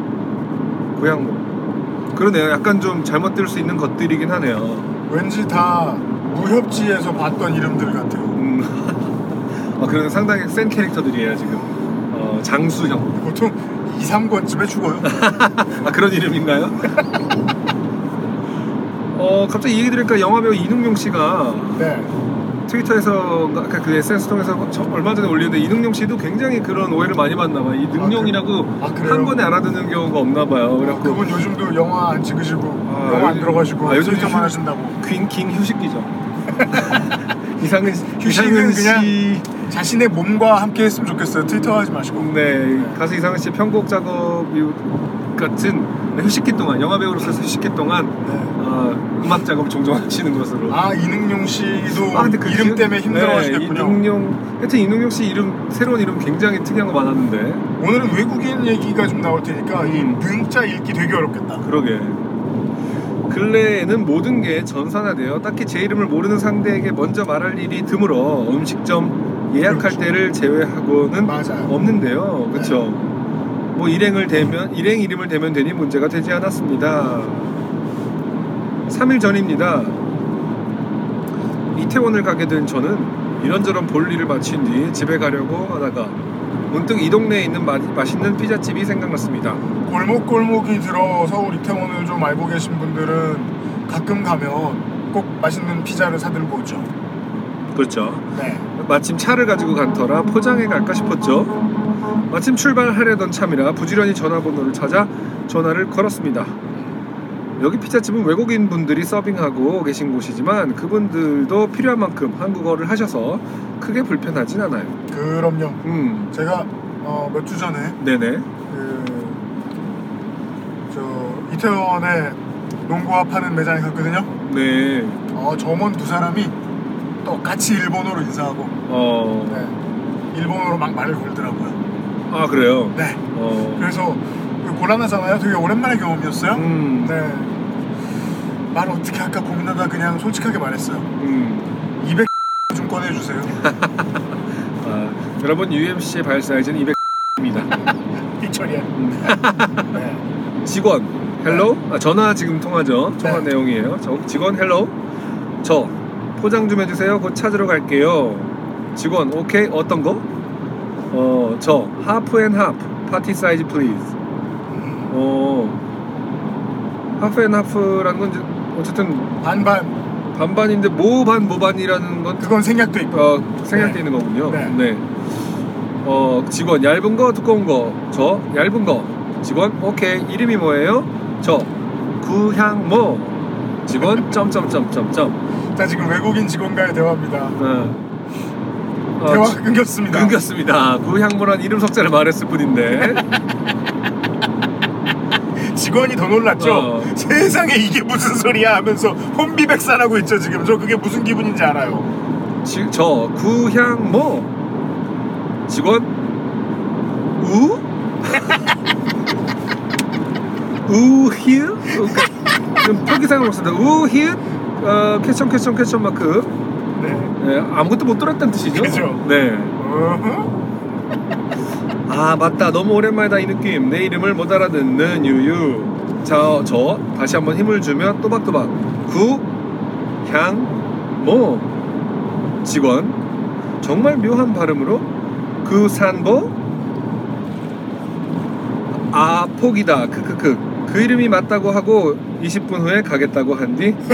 B: 구향모. 그러네요. 약간 좀 잘못 들 수 있는 것들이긴 하네요.
C: 왠지 다 무협지에서 봤던 이름들 같아요.
B: 음. 아, 그런 상당히 센 캐릭터들이에요 지금. 어, 장수형.
C: 보통 2, 3권쯤에 죽어요.
B: 아 그런 이름인가요? 어 갑자기 이 얘기 들으니까 영화배우 이능용 씨가
C: 네.
B: 트위터에서 아까 그 SNS 통해서 저- 얼마 전에 올렸는데 이능용 씨도 굉장히 그런 오해를 많이 받나 봐요. 이 능용이라고
C: 아, 그래요?
B: 한 번에 알아듣는 경우가 없나 봐요. 그래갖고
C: 그분 요즘도 영화 안 찍으시고
B: 아,
C: 영화 안
B: 요즘-
C: 들어가시고
B: 아, 요즘
C: 트위터만
B: 휴-
C: 하신다고.
B: 긴, 긴 휴식기죠. 이상은
C: 이상은
B: 이상은
C: 그냥-
B: 씨
C: 자신의 몸과 함께 했으면 좋겠어요. 트위터 하지 마시고.
B: 네 가수 이상은 씨 편곡 작업 이후 같은 휴식기 동안 영화 배우로서 휴식기 동안
C: 네.
B: 어, 음악 작업을 종종 하시는 것으로.
C: 아 이능용
B: 아,
C: 씨도 이름
B: 기억-
C: 때문에 힘들어 하시겠군요.
B: 그 네, 이능용 하여튼 이능용 씨 이름 새로운 이름 굉장히 특이한 거 많았는데
C: 오늘은 외국인 얘기가 좀 나올 테니까 이
B: 음.
C: 능자 읽기 되게 어렵겠다.
B: 그러게. 근래에는 모든 게 전산화되어 딱히 제 이름을 모르는 상대에게 먼저 말할 일이 드물어 음식점 예약할
C: 그렇죠.
B: 때를 제외하고는
C: 맞아요.
B: 없는데요. 그렇죠. 뭐 일행을 대면 일행 이름을 대면 되니 문제가 되지 않았습니다. 3일 전입니다. 이태원을 가게 된 저는 이런저런 볼일을 마친 뒤 집에 가려고 하다가 문득 이 동네에 있는 마- 맛있는 피자집이 생각났습니다.
C: 골목골목이 들어 서울 이태원을 좀 알고 계신 분들은 가끔 가면 꼭 맛있는 피자를 사들고 오죠.
B: 그렇죠.
C: 네.
B: 마침 차를 가지고 간 터라 포장해 갈까 싶었죠. 마침 출발하려던 참이라 부지런히 전화번호를 찾아 전화를 걸었습니다. 여기 피자집은 외국인 분들이 서빙하고 계신 곳이지만 그분들도 필요한 만큼 한국어를 하셔서 크게 불편하진 않아요.
C: 그럼요.
B: 음,
C: 제가 어, 몇 주 전에
B: 네네.
C: 그, 저 이태원에 농구화 파는 매장에 갔거든요.
B: 네.
C: 어, 점원 두 사람이 똑같이 일본어로 인사하고
B: 어.
C: 네. 일본어로 막 말을 걸더라고요.
B: 아 그래요.
C: 네.
B: 어.
C: 그래서 그 곤란하잖아요. 되게 오랜만의 경험이었어요.
B: 음.
C: 네. 말 어떻게 할까 고민하다 그냥 솔직하게 말했어요.
B: 음.
C: 200 좀 꺼내주세요.
B: 아, 여러분 UMC의 발 사이즈는 200입니다.
C: 빅처리야. 네.
B: 직원 헬로 아, 전화 지금 통화죠 통화
C: 네.
B: 내용이에요 저 직원 헬로 저 포장 좀 해주세요 곧 찾으러 갈게요 직원 오케이 어떤 거? 어저 하프 앤 하프 파티 사이즈 플리즈
C: 음,
B: 어 하프 앤 하프라는 건 이제 어쨌든
C: 반반.
B: 반반인데 모반 모반이라는 건
C: 그건 생략돼 있고.
B: 어, 생략돼 있는 거군요
C: 네.
B: 어 직원 얇은 거 두꺼운 거 저 얇은 거 직원 오케이 이름이 뭐예요? 저 구향모 직원 점점점점점
C: 자 지금 외국인 직원과의 대화입니다.
B: 어, 어,
C: 대화
B: 지-
C: 끊겼습니다.
B: 끊겼습니다 구향모란 이름 석자를 말했을 뿐인데
C: 직원이 더 놀랐죠.
B: 어.
C: 세상에 이게 무슨 소리야 하면서 혼비백산하고 있죠 지금. 저 그게 무슨 기분인지 알아요.
B: 지, 저 구향모 직원 우? 우히읗? 그러니까 좀 표기상으로 쓴다 우히읗? 어, 퀘션 퀘션 퀘션 마크
C: 네.
B: 네, 아무것도 못 들었다는 뜻이죠?
C: 그죠.
B: 네.
C: 어허.
B: 아 맞다 너무 오랜만이다 이 느낌 내 이름을 못 알아듣는 유유 자, 저 다시 한번 힘을 주면 또박또박 구향모 직원 정말 묘한 발음으로 그산보 아 폭이다 크크크 그 이름이 맞다고 하고 20분 후에 가겠다고 한 뒤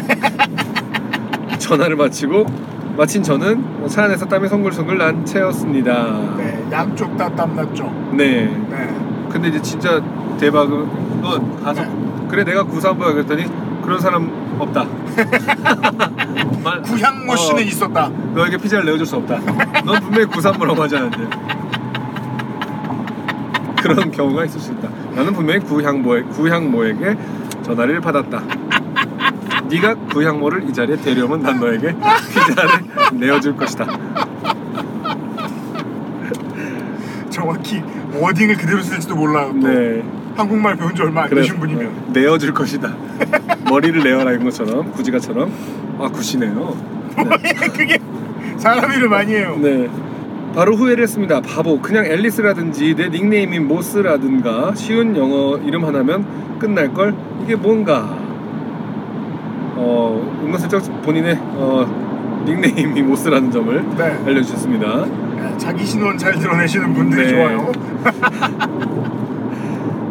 B: 전화를 마치고 마친 저는 차 안에서 땀이 송글송글 난 채였습니다
C: 네. 양쪽 다 땀났죠.
B: 네.
C: 네.
B: 근데 이제 진짜 대박은 넌 가서 그래 내가 구사부야 그랬더니 그런 사람 없다. 말,
C: 구향모 씨는 있었다.
B: 너에게 피자를 내어줄 수 없다. 넌 분명히 구산부라고 하지 않았는데. 그런 경우가 있을 수 있다. 나는 분명히 구향모에, 구향모에게 전화를 받았다. 네가 구향모를 이 자리에 데려오면 난 너에게 피자를 내어줄 것이다.
C: 정확히 워딩을 그대로 쓸지도 몰라요. 또.
B: 네.
C: 한국말 배운 지 얼마 안
B: 그래,
C: 되신 분이면.
B: 어, 내어줄 것이다. 머리를 내어라 이런 것처럼 구지가처럼 아 구시네요.
C: 그게 사람 일을 많이 해요.
B: 네. 바로 후회를 했습니다. 바보. 그냥 앨리스라든지 내 닉네임인 모스라든가 쉬운 영어 이름 하나면 끝날 걸 이게 뭔가. 어 은근슬쩍 본인의 어 닉네임이 모스라는 점을
C: 네.
B: 알려주셨습니다.
C: 네, 자기 신원 잘 드러내시는 분들이
B: 네.
C: 좋아요.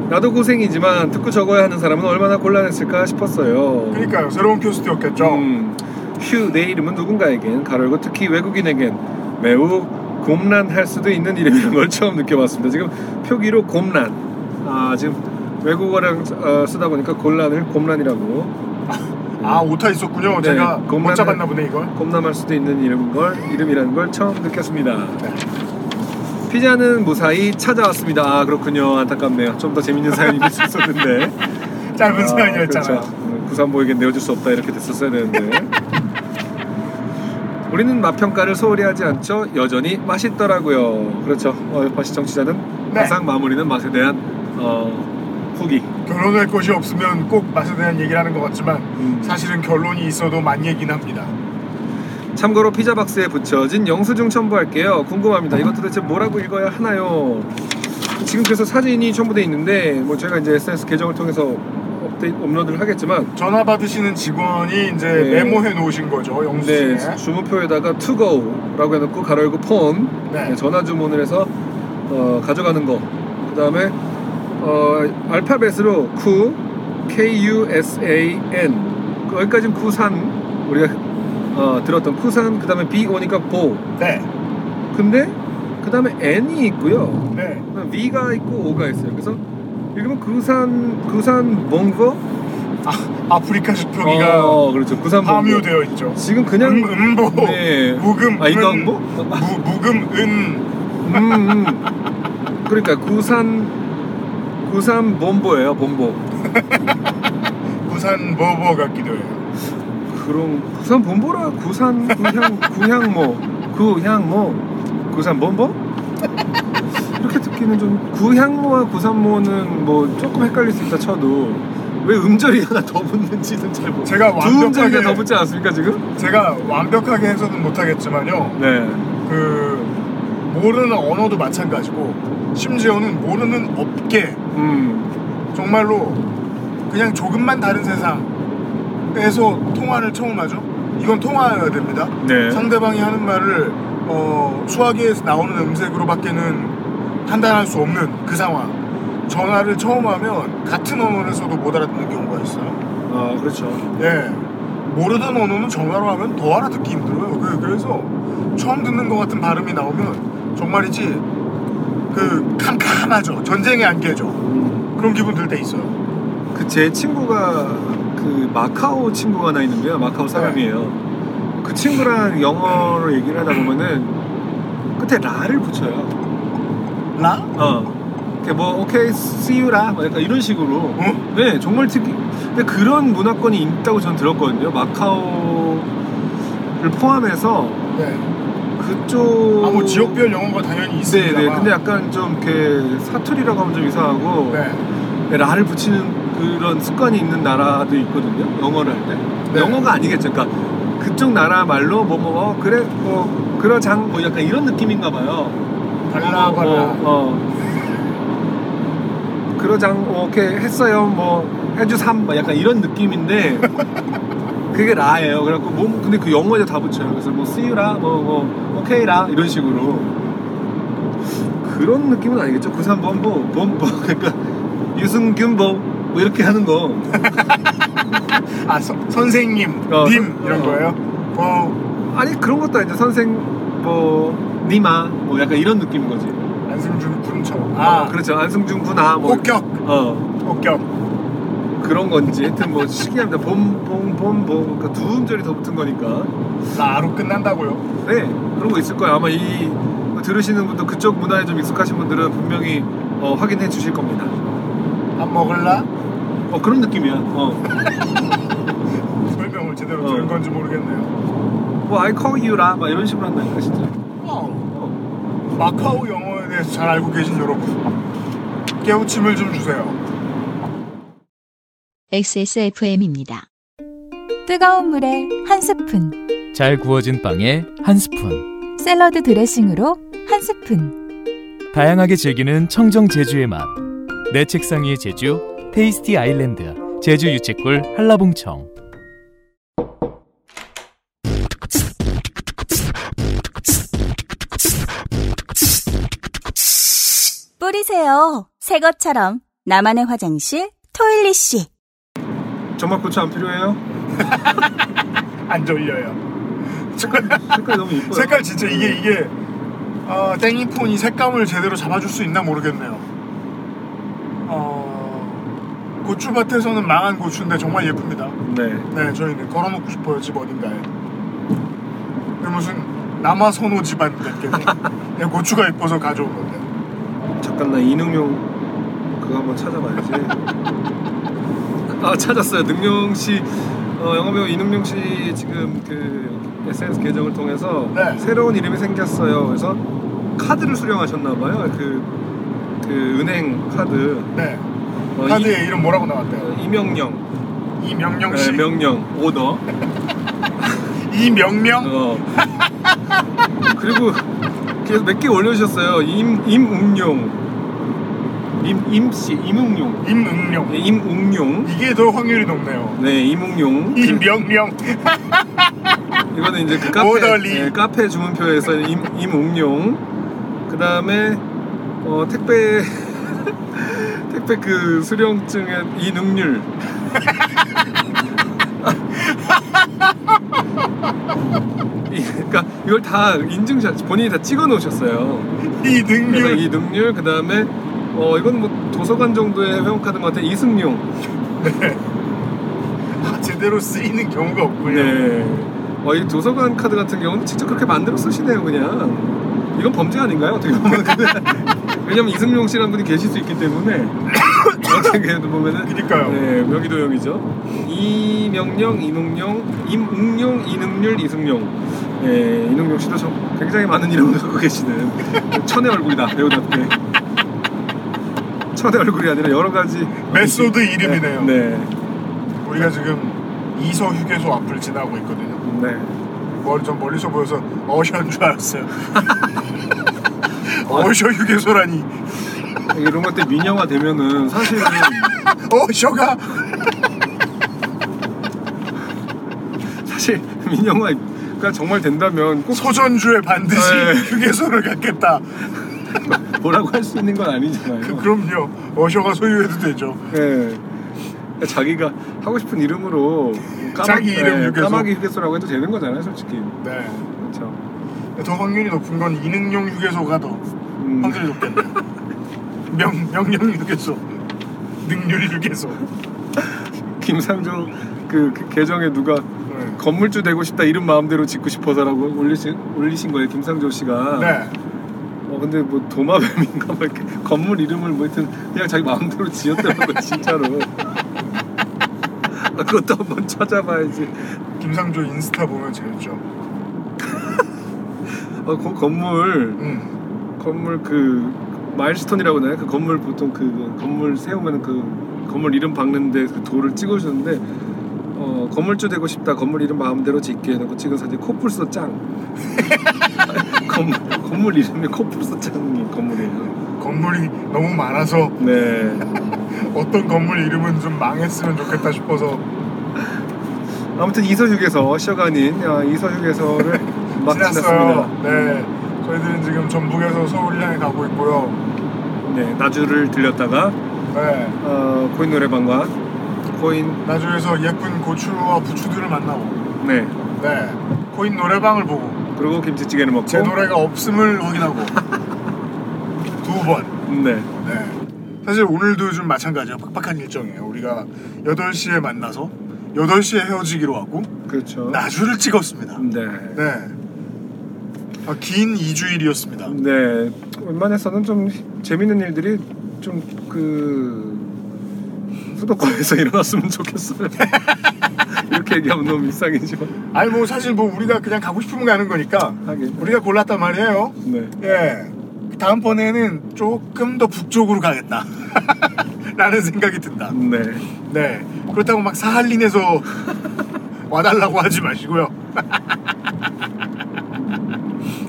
B: 나도 고생이지만 듣고 적어야 하는 사람은 얼마나 곤란했을까 싶었어요.
C: 그러니까요. 새로운 퀘스트였겠죠.
B: 음, 휴, 내 이름은 누군가에겐 가로고 특히 외국인에겐 매우 곰란할 수도 있는 이름인 걸 처음 느껴봤습니다. 지금 표기로 곰란. 아, 지금 외국어랑 어, 쓰다 보니까 곤란을 곰란이라고
C: 아 오타 있었군요.
B: 네,
C: 제가
B: 공간을-
C: 못 잡았나 보네 이걸.
B: 곰남할 수도 있는 이름인 걸 이름이라는 걸 처음 느꼈습니다. 피자는 무사히 찾아왔습니다. 아 그렇군요. 안타깝네요. 좀 더 재밌는 사연이 될 수 있었는데.
C: 짧은
B: 아,
C: 사연이었잖아요.
B: 그렇죠. 구산보에게 내어줄 수 없다 이렇게 됐었어야 되는데. 우리는 맛평가를 소홀히 하지 않죠. 여전히 맛있더라고요. 그렇죠. 어, 여파시 청취자는
C: 네.
B: 항상 마무리는 맛에 대한 어, 후기.
C: 결혼할 것이 없으면 꼭 맛에 대한 얘기를 하는 것 같지만
B: 음.
C: 사실은 결론이 있어도 만 얘기는 합니다.
B: 참고로 피자 박스에 붙여진 영수증 첨부할게요. 궁금합니다. 이거 도대체 뭐라고 읽어야 하나요? 지금 그래서 사진이 첨부돼 있는데 뭐 저희가 이제 SNS 계정을 통해서 업데이트 업로드를 하겠지만
C: 전화 받으시는 직원이 이제
B: 네.
C: 메모해 놓으신 거죠 영수증에.
B: 네, 주문표에다가 to go라고 해놓고 가로 열고 폰
C: 네.
B: 네, 전화 주문을 해서 어, 가져가는 거. 그 다음에 어, 알파벳으로 쿠 K U S A N 그 여기까지는 쿠산 우리가 어, 들었던 쿠산 그 다음에 B 오니까 보
C: 네.
B: 근데 그 다음에 N이 있고요.
C: 네.
B: 그다음에 V가 있고 O가 있어요. 그래서 읽으면 구산 구산 몽고
C: 어, 아프리카식 표기가
B: 어, 그렇죠. 구산 몽고
C: 함유되어 있죠.
B: 지금
C: 음,
B: 그냥
C: 음보,
B: 네.
C: 무금,
B: 아 이거
C: 은,
B: 뭐?
C: 무, 무금, 은.
B: 음, 음. 그러니까 구산 구산 본보예요. 본보.
C: 부산 뭐뭐 같기도 해요.
B: 그럼 구산 본보라 구산 구향 뭐, 구향모 뭐, 구향모 구산 본보 이렇게 듣기는 좀 구향모와 구산모는 뭐 조금 헷갈릴 수 있다 쳐도 왜 음절이 하나 더 붙는지는 잘 모르.
C: 제가
B: 두 음절이 더
C: 완벽하게
B: 붙지 않습니까 지금?
C: 제가 완벽하게 해서는 못하겠지만요.
B: 네.
C: 그 모르는 언어도 마찬가지고 심지어는 모르는 업계
B: 음.
C: 정말로 그냥 조금만 다른 세상에서 통화를 처음 하죠. 이건 통화여야 됩니다.
B: 네.
C: 상대방이 하는 말을 어, 수화기에서 나오는 음색으로밖에는 판단할 수 없는 그 상황. 전화를 처음 하면 같은 언어에서도 못 알아듣는 경우가 있어요.
B: 아 그렇죠.
C: 예. 모르던 언어는 전화로 하면 더 알아듣기 힘들어요. 그, 그래서 처음 듣는 것 같은 발음이 나오면 정말이지 그 캄캄하죠. 전쟁의 안개죠. 그런 기분 들 때 있어요.
B: 그 제 친구가 그 마카오 친구가 하나 있는데요.
C: 네.
B: 마카오 사람이에요. 그 친구랑 영어로 얘기를 하다 보면은 끝에 라를 붙여요.
C: 라?
B: 어. 이렇게 뭐 오케이 씨유라 뭐 약간 이런 식으로.
C: 어?
B: 네, 정말 특이. 근데 그런 문화권이 있다고 저는 들었거든요. 마카오를 포함해서
C: 네.
B: 그쪽.
C: 아, 뭐 지역별 영어가 당연히
B: 네,
C: 있습니다.
B: 네. 근데 약간 좀 이렇게 사투리라고 하면 좀 이상하고
C: 네.
B: 라를 붙이는 그런 습관이 있는 나라도 있거든요. 영어를 할 때.
C: 네.
B: 영어가 아니겠죠. 그러니까 그쪽 나라 말로 뭐뭐 뭐, 어, 그래 뭐 그러장 뭐 약간 이런 느낌인가 봐요.
C: 발라, 발라.
B: 어, 어. 그러장 어, 이렇게 했어요. 뭐 해주 삼 막 약간 이런 느낌인데 그게 라예요. 그래갖고 뭐 근데 그 영어에 다 붙여요. 그래서 뭐 씨유라 뭐뭐 오케이라 이런 식으로 그런 느낌은 아니겠죠. 구산범보 범보 그러니까 유승균보 뭐 이렇게 하는 거.
C: 아 서, 선생님,
B: 어,
C: 님
B: 선-
C: 이런
B: 어.
C: 거예요? 뭐
B: 아니 그런 것도 아니죠. 선생 뭐 니마 뭐 약간 이런 느낌인 거지.
C: 안승준 군처.
B: 아
C: 아
B: 그렇죠. 안승준 군아 뭐
C: 폭격,
B: 어.
C: 폭격.
B: 그런 건지 하여튼 뭐 신기합니다. 봄봄봄봄 그러니까 두 음절이 더 붙은 거니까
C: 라로 끝난다고요?
B: 네 그런 거 있을 거예요. 아마 이 들으시는 분들 그쪽 문화에 좀 익숙하신 분들은 분명히 어, 확인해 주실 겁니다.
C: 밥 먹을라?
B: 어 그런 느낌이야. 어뭐
C: 설명을 제대로
B: 어.
C: 들은 건지 모르겠네요.
B: 뭐, I call you라 막 이런 식으로 한다니까 진짜.
C: 어. 마카오 영어에 대해서 잘 알고 계신 여러분 깨우침을 좀 주세요.
A: XSFM입니다.
H: 뜨거운 물에 한 스푼.
G: 잘 구워진 빵에 한 스푼.
H: 샐러드 드레싱으로 한 스푼.
G: 다양하게 즐기는 청정 제주의 맛. 내 책상 위의 제주 테이스티 아일랜드 제주 유채꿀 한라봉청.
F: 뿌리세요. 새 것처럼 나만의 화장실 토일리씨.
B: 정말 고추 안 필요해요?
C: 안 졸려요.
B: 색깔이 너무 이뻐요.
C: 색깔 진짜 이게 이게 어, 땡이폰이 색감을 제대로 잡아줄 수 있나 모르겠네요. 어, 고추밭에서는 망한 고추인데 정말 예쁩니다.
B: 네.
C: 네, 저희는 걸어놓고 싶어요 집 어딘가에. 근데 무슨 남아선호 집안 같겠네. 그냥 고추가 예뻐서 가져온 건데.
B: 잠깐 나 이 능용 그거 한번 찾아봐야지. 아 찾았어요. 능용 씨 어, 영화배우 이능용 씨 지금 그 SNS 계정을 통해서
C: 네.
B: 새로운 이름이 생겼어요. 그래서 카드를 수령하셨나 봐요. 그, 그 은행 카드.
C: 네.
B: 어,
C: 카드에 이름 뭐라고 나왔대요?
B: 이, 명령 네,
C: 이명령 씨.
B: 명령 오더.
C: 이명명.
B: 어. 그리고 계속 몇 개 올려주셨어요. 임 임웅용 임 임씨 임웅용
C: 임응룡.
B: 네, 임웅용
C: 이게 더 확률이 높네요.
B: 네, 이몽룡.
C: 이명령.
B: 이거는 이제 그 카페,
C: 오더리.
B: 네, 카페 주문표에서 임, 임웅룡. 그 다음에 어, 택배 택배 그 수령증에 이능률. 이- 그러니까 이걸 다 인증샷 본인이 다 찍어 놓으셨어요. 그래서
C: 이능률.
B: 이능률 그 다음에 어 이건 뭐 도서관 정도의 회원카드 같은 이승용.
C: 아, 제대로 쓰이는 경우가 없군요.
B: 네. 어, 이 도서관 카드 같은 경우는 직접 그렇게 만들어 쓰시네요, 그냥. 이건 범죄 아닌가요? 어떻게 보면. 왜냐면 이승용 씨라는 분이 계실 수 있기 때문에. 어떻게 보면은.
C: 그러니까요.
B: 네, 명의도용이죠. 이명령, 이몽룡, 임웅룡, 이능률, 이승용. 예, 이능용 씨도 저 굉장히 많은 이름을 갖고 계시는 천의 얼굴이다, 배우답게. 천의 얼굴이 아니라 여러 가지.
C: 메소드 이름이네요.
B: 네.
C: 우리가 지금 이서 휴게소 앞을 지나고 있거든요.
B: 네.
C: 머리 좀 멀리서 보여서 어셔인 줄 알았어요. 어셔 휴게소라니.
B: 이런 것들 민영화 되면은 사실은
C: 어셔가
B: 사실 민영화가 정말 된다면 꼭
C: 서전주에 반드시
B: 네.
C: 휴게소를 갖겠다.
B: 뭐라고 할 수 있는 건
C: 그렇죠.
B: 아니잖아요.
C: 그럼요. 어셔가 소유해도 되죠.
B: 예. 자기가 하고 싶은 이름으로 까마,
C: 자기 이름
B: 예,
C: 휴게소.
B: 까마귀 휴게소라고 해도 되는 거잖아요, 솔직히.
C: 네.
B: 그렇죠.
C: 더 확률이 높은 건 이능용 휴게소가 더
B: 음,
C: 확률이 아, 높겠네요. 명 명령 휴게소, 능률 휴게소.
B: 김상조 그, 그 계정에 누가
C: 네.
B: 건물주 되고 싶다 이름 마음대로 짓고 싶어서라고 올리신 올리신 거예요, 김상조 씨가.
C: 네.
B: 어 근데 뭐 도마뱀인가 막 이렇게 건물 이름을 뭐 하여튼 그냥 자기 마음대로 지었더라고요 진짜로 아, 그것도 한번 찾아봐야지
C: 김상조 인스타 보면 재밌죠.
B: 어, 그 건물
C: 음.
B: 건물 그 마일스톤이라고 하나요? 그 건물 보통 그 건물 세우면 그 건물 이름 박는데 그 돌을 찍어주는데 어 건물주 되고 싶다 건물 이름 마음대로 짓게 해놓고 찍은 사진 코뿔소 짱 건물, 건물 이름이 코뿔소 짱인 건물이에요
C: 건물이 너무 많아서
B: 네
C: 어떤 건물 이름은 좀 망했으면 좋겠다 싶어서
B: 아무튼 이서휴게소 시어가 아닌 아, 이서휴게소를 막 지났습니다.
C: 지났어요. 네. 저희들은 지금 전북에서 서울 향해 가고 있고요.
B: 네, 나주를 들렸다가
C: 네.
B: 어, 코인 노래방과 코인
C: 나주에서 예쁜 고추와 부추들을 만나고,
B: 네
C: 네. 코인 노래방을 보고,
B: 그리고 김치찌개를 먹고
C: 제 노래가 없음을 확인하고, 두 번.
B: 네
C: 네. 사실 오늘도 좀 마찬가지예요. 빡빡한 일정이에요. 우리가 8시에 만나서 8시에 헤어지기로 하고
B: 그렇죠.
C: 나주를 찍었습니다.
B: 네.
C: 네. 아, 긴 2주일이었습니다.
B: 네, 웬만해서는 좀 재밌는 일들이 좀 그 수도권에서 일어났으면 좋겠어요. 이렇게 얘기하면 너무 일상이지만
C: 아니 뭐 사실 뭐 우리가 그냥 가고 싶으면 가는 거니까
B: 하긴.
C: 우리가 골랐단 말이에요.
B: 네,
C: 예. 다음번에는 조금 더 북쪽으로 가겠다. 라는 생각이 든다.
B: 네,
C: 네. 그렇다고 막 사할린에서 와달라고 하지 마시고요.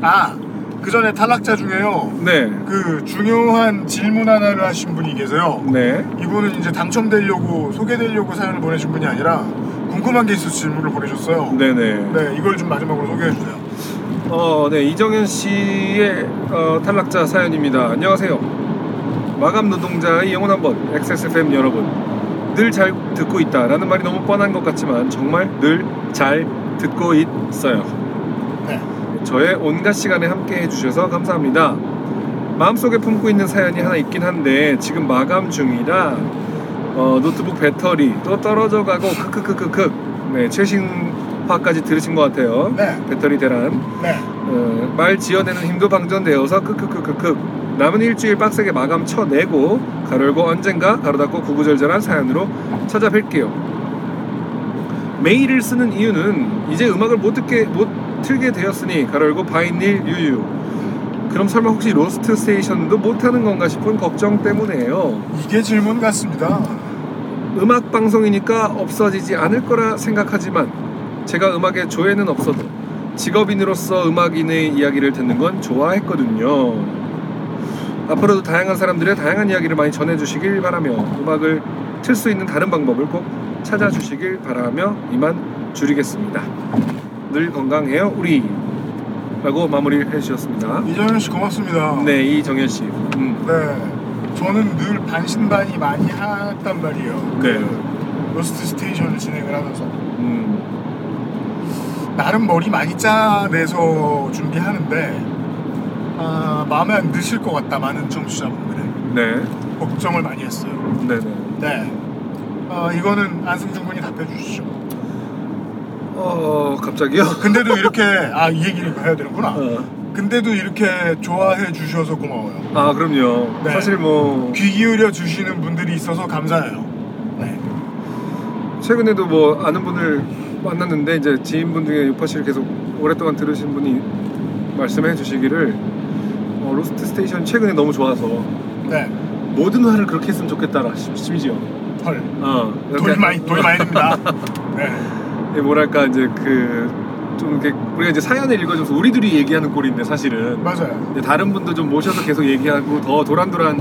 C: 아, 그 전에 탈락자 중에요.
B: 네,
C: 그 중요한 질문 하나를 하신 분이 계세요.
B: 네.
C: 이분은 이제 당첨되려고, 소개되려고 사연을 보내신 분이 아니라 궁금한 게 있어서 질문을 보내셨어요.
B: 네네.
C: 네, 이걸 좀 마지막으로 소개해주세요.
B: 어, 네 이정현 씨의 어, 탈락자 사연입니다. 안녕하세요. 마감 노동자의 영혼 한번 XSFM 여러분 늘 잘 듣고 있다라는 말이 너무 뻔한 것 같지만 정말 늘 잘 듣고 있어요.
C: 네.
B: 저의 온갖 시간에 함께 해주셔서 감사합니다. 마음속에 품고 있는 사연이 하나 있긴 한데 지금 마감 중이라 어, 노트북 배터리 또 떨어져 가고 크크크크크 네 최신화까지 들으신 것 같아요
C: 네,
B: 배터리 대란
C: 네.
B: 어, 말 지어내는 힘도 방전되어서 크크크크크 남은 일주일 빡세게 마감 쳐내고 가로열고 언젠가 가로 닫고 구구절절한 사연으로 찾아뵐게요 메일을 쓰는 이유는 이제 음악을 못 듣게 못 틀게 되었으니 가로열고 바이닐 유유 그럼 설마 혹시 로스트 스테이션도 못하는 건가 싶은 걱정 때문이에요
C: 이게 질문 같습니다.
B: 음악 방송이니까 없어지지 않을 거라 생각하지만 제가 음악에 조예는 없어도 직업인으로서 음악인의 이야기를 듣는 건 좋아했거든요. 앞으로도 다양한 사람들의 다양한 이야기를 많이 전해주시길 바라며 음악을 틀 수 있는 다른 방법을 꼭 찾아주시길 바라며 이만 줄이겠습니다. 늘 건강해요 우리 라고 마무리를 해주셨습니다.
C: 이정현 씨 고맙습니다.
B: 네 이정현 씨. 음,
C: 네. 저는 늘 반신반의 많이 했단 말이에요.
B: 네.
C: 그 로스트 스테이션을 진행을 하면서
B: 음,
C: 나름 머리 많이 짜내서 준비하는데 아, 마음에 안 드실 것 같다 많은 청취자분들의
B: 네,
C: 걱정을 많이 했어요.
B: 네, 네.
C: 네. 아, 이거는 안승준 군이 답해 주시죠.
B: 어 갑자기요?
C: 근데도 이렇게 아 이 얘기를 해야 되는구나.
B: 어.
C: 근데도 이렇게 좋아해 주셔서 고마워요.
B: 아 그럼요.
C: 네.
B: 사실 뭐
C: 귀 기울여 주시는 분들이 있어서 감사해요. 네.
B: 최근에도 뭐 아는 분을 만났는데 이제 지인분 중에 유파 씨를 계속 오랫동안 들으신 분이 말씀해 주시기를 어, 로스트 스테이션 최근에 너무 좋아서
C: 네.
B: 모든 화를 그렇게 했으면 좋겠다라 심- 심지어
C: 헐.
B: 어,
C: 돈이
B: 그러니까
C: 많이 돈이 많이 듭니다. 네.
B: 뭐랄까 이제 그 좀 이렇게 우리가 이제 사연을 읽어줘서 우리들이 얘기하는 꼴인데 사실은
C: 맞아요.
B: 근데 다른 분도 좀 모셔서 계속 얘기하고 더 도란도란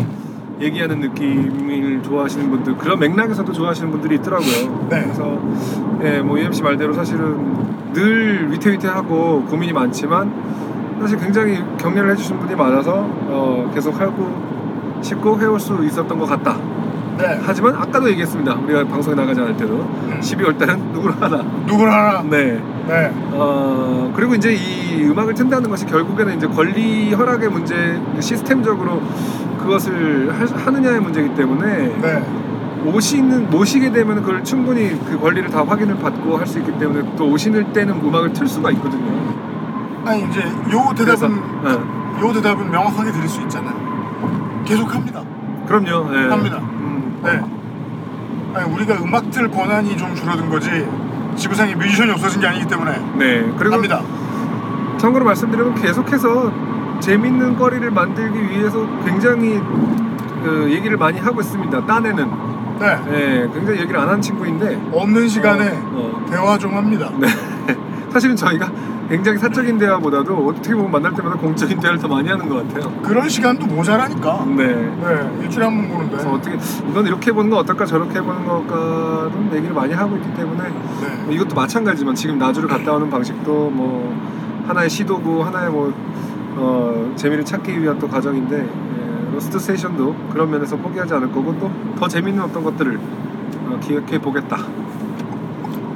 B: 얘기하는 느낌을 좋아하시는 분들 그런 맥락에서도 좋아하시는 분들이 있더라고요.
C: 네.
B: 그래서 예, 뭐 UMC 말대로 사실은 늘 위태위태하고 고민이 많지만 사실 굉장히 격려를 해주신 분이 많아서 어, 계속 하고 싶고 해올 수 있었던 것 같다.
C: 네.
B: 하지만 아까도 얘기했습니다. 우리가 방송에 나가지 않을 때도 12월 달은 누구를 하나.
C: 누굴 하나.
B: 네.
C: 네.
B: 어, 그리고 이제 이 음악을 튼다는 것이 결국에는 이제 권리 허락의 문제 시스템적으로 그것을 하, 느냐의 문제이기 때문에
C: 네.
B: 오시는 모시게 되면 그걸 충분히 그 권리를 다 확인을 받고 할 수 있기 때문에 또 오시는 때는 음악을 틀 수가 있거든요.
C: 아니 이제 요
B: 그래서
C: 대답은
B: 예,
C: 요 대답은 명확하게 드릴 수 있잖아요. 계속 합니다.
B: 그럼요. 예.
C: 합니다.
B: 음,
C: 네. 아니 우리가 음악 틀 권한이 좀 줄어든 거지 지구상에 뮤지션이 없어진 게 아니기 때문에
B: 네. 그리고
C: 합니다.
B: 참고로 말씀드리면 계속해서 재밌는 거리를 만들기 위해서 굉장히 그 얘기를 많이 하고 있습니다. 딴에는
C: 네.
B: 예, 굉장히 얘기를 안 한 친구인데
C: 없는 시간에
B: 어, 어.
C: 대화 좀 합니다.
B: 네. 사실은 저희가 굉장히 사적인 대화보다도 어떻게 보면 만날 때마다 공적인 대화를 더 많이 하는 것 같아요.
C: 그런 시간도 모자라니까.
B: 네.
C: 네. 일주일에 한 번 보는데.
B: 그래서 어떻게 이건 이렇게 보는 거 어떨까 저렇게 보는 거까는 얘기를 많이 하고 있기 때문에
C: 네.
B: 뭐 이것도 마찬가지지만 지금 나주를 갔다 오는 방식도 뭐 하나의 시도고 하나의 뭐 어, 재미를 찾기 위한 또 과정인데 예, 로스트 스테이션도 그런 면에서 포기하지 않을 거고 또 더 재밌는 어떤 것들을 어, 기획해 보겠다.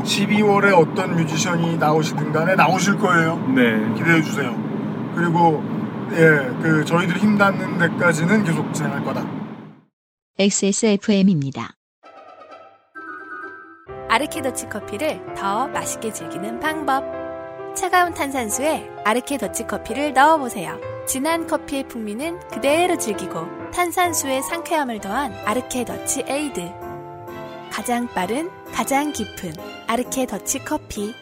C: 12월에 어떤 뮤지션이 나오시든 간에 나오실 거예요.
B: 네.
C: 기대해 주세요. 그리고 예, 그 저희들 힘 닿는 데까지는 계속 진행할 거다.
A: XSFM입니다.
I: 아르케더치 커피를 더 맛있게 즐기는 방법. 차가운 탄산수에 아르케더치 커피를 넣어보세요. 진한 커피의 풍미는 그대로 즐기고 탄산수의 상쾌함을 더한 아르케더치 에이드. 가장 빠른, 가장 깊은 아르케더치 커피.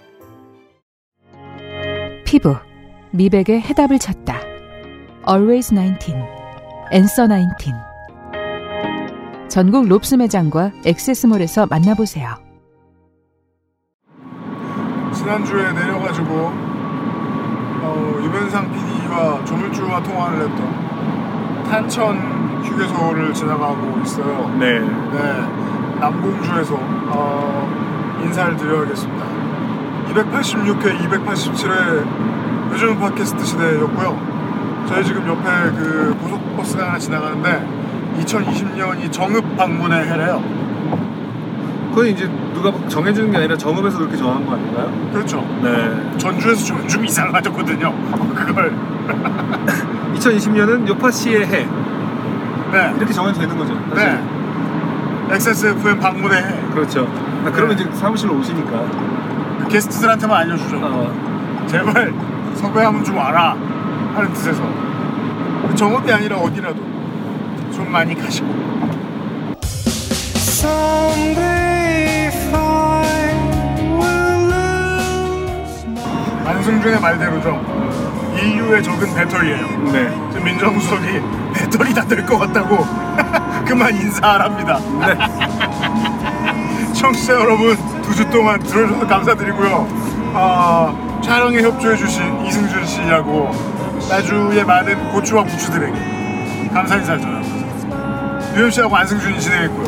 H: 피부 미백의 해답을 찾다. Always 19, Answer 19. 전국 롭스 매장과 액세스몰에서 만나보세요.
C: 지난주에 내려가지고 어, 유변상 PD와 조물주와 통화를 했던 탄천 휴게소를 지나가고 있어요.
B: 네.
C: 네, 남공주에서 어, 인사를 드려야겠습니다. 286회, 287회 요즘 팟캐스트 시대였고요. 저희 지금 옆에 그 고속버스가 하나 지나가는데 2020년이 정읍 방문의 해래요.
B: 그건 이제 누가 정해주는 게 아니라 정읍에서 그렇게 정한 거 아닌가요?
C: 그렇죠.
B: 네.
C: 전주에서 좀, 좀 이상하셨거든요. 그걸.
B: 2020년은 요파 씨의 해
C: 네.
B: 네. 이렇게 정해도 되는 거죠. 사실.
C: 네. XSFM 방문에
B: 그렇죠. 아, 그러면 이제 사무실로 오시니까.
C: 그 게스트들한테만 알려주죠.
B: 어,
C: 제발 섭외하면 좀 와라 하는 뜻에서 정업이 아니라 어디라도 좀 많이 가시고 안승준의 말대로죠 인류의 적은 배터리예요
B: 네.
C: 지금 민정수석이 배터리 다 될 것 같다고 그만 인사하랍니다 청취자 여러분 두 주 동안 들어주셔서 감사드리고요 아, 촬영에 협조해주신 이승준 씨하고 나주의 많은 고추와 부추들에게 감사 인사를 전합니다 유현 씨하고 안승준이 진행했고요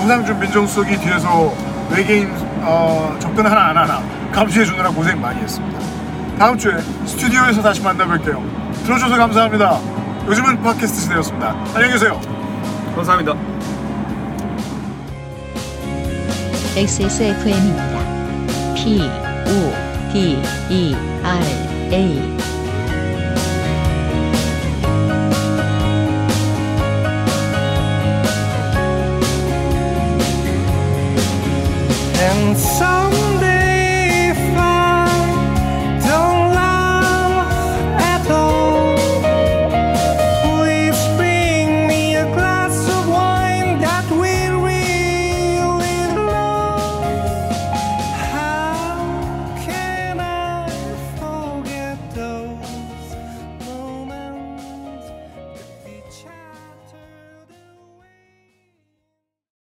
C: 홍상준 민정수석이 뒤에서 외계인 어, 접근 하나 안 하나 감시해 주느라 고생 많이 했습니다 다음 주에 스튜디오에서 다시 만나뵐게요 들어주셔서 감사합니다 요즘은 팟캐스트 시대였습니다 안녕히 계세요
B: 감사합니다.
A: XSFM입니다. P, O, D, E, R, A.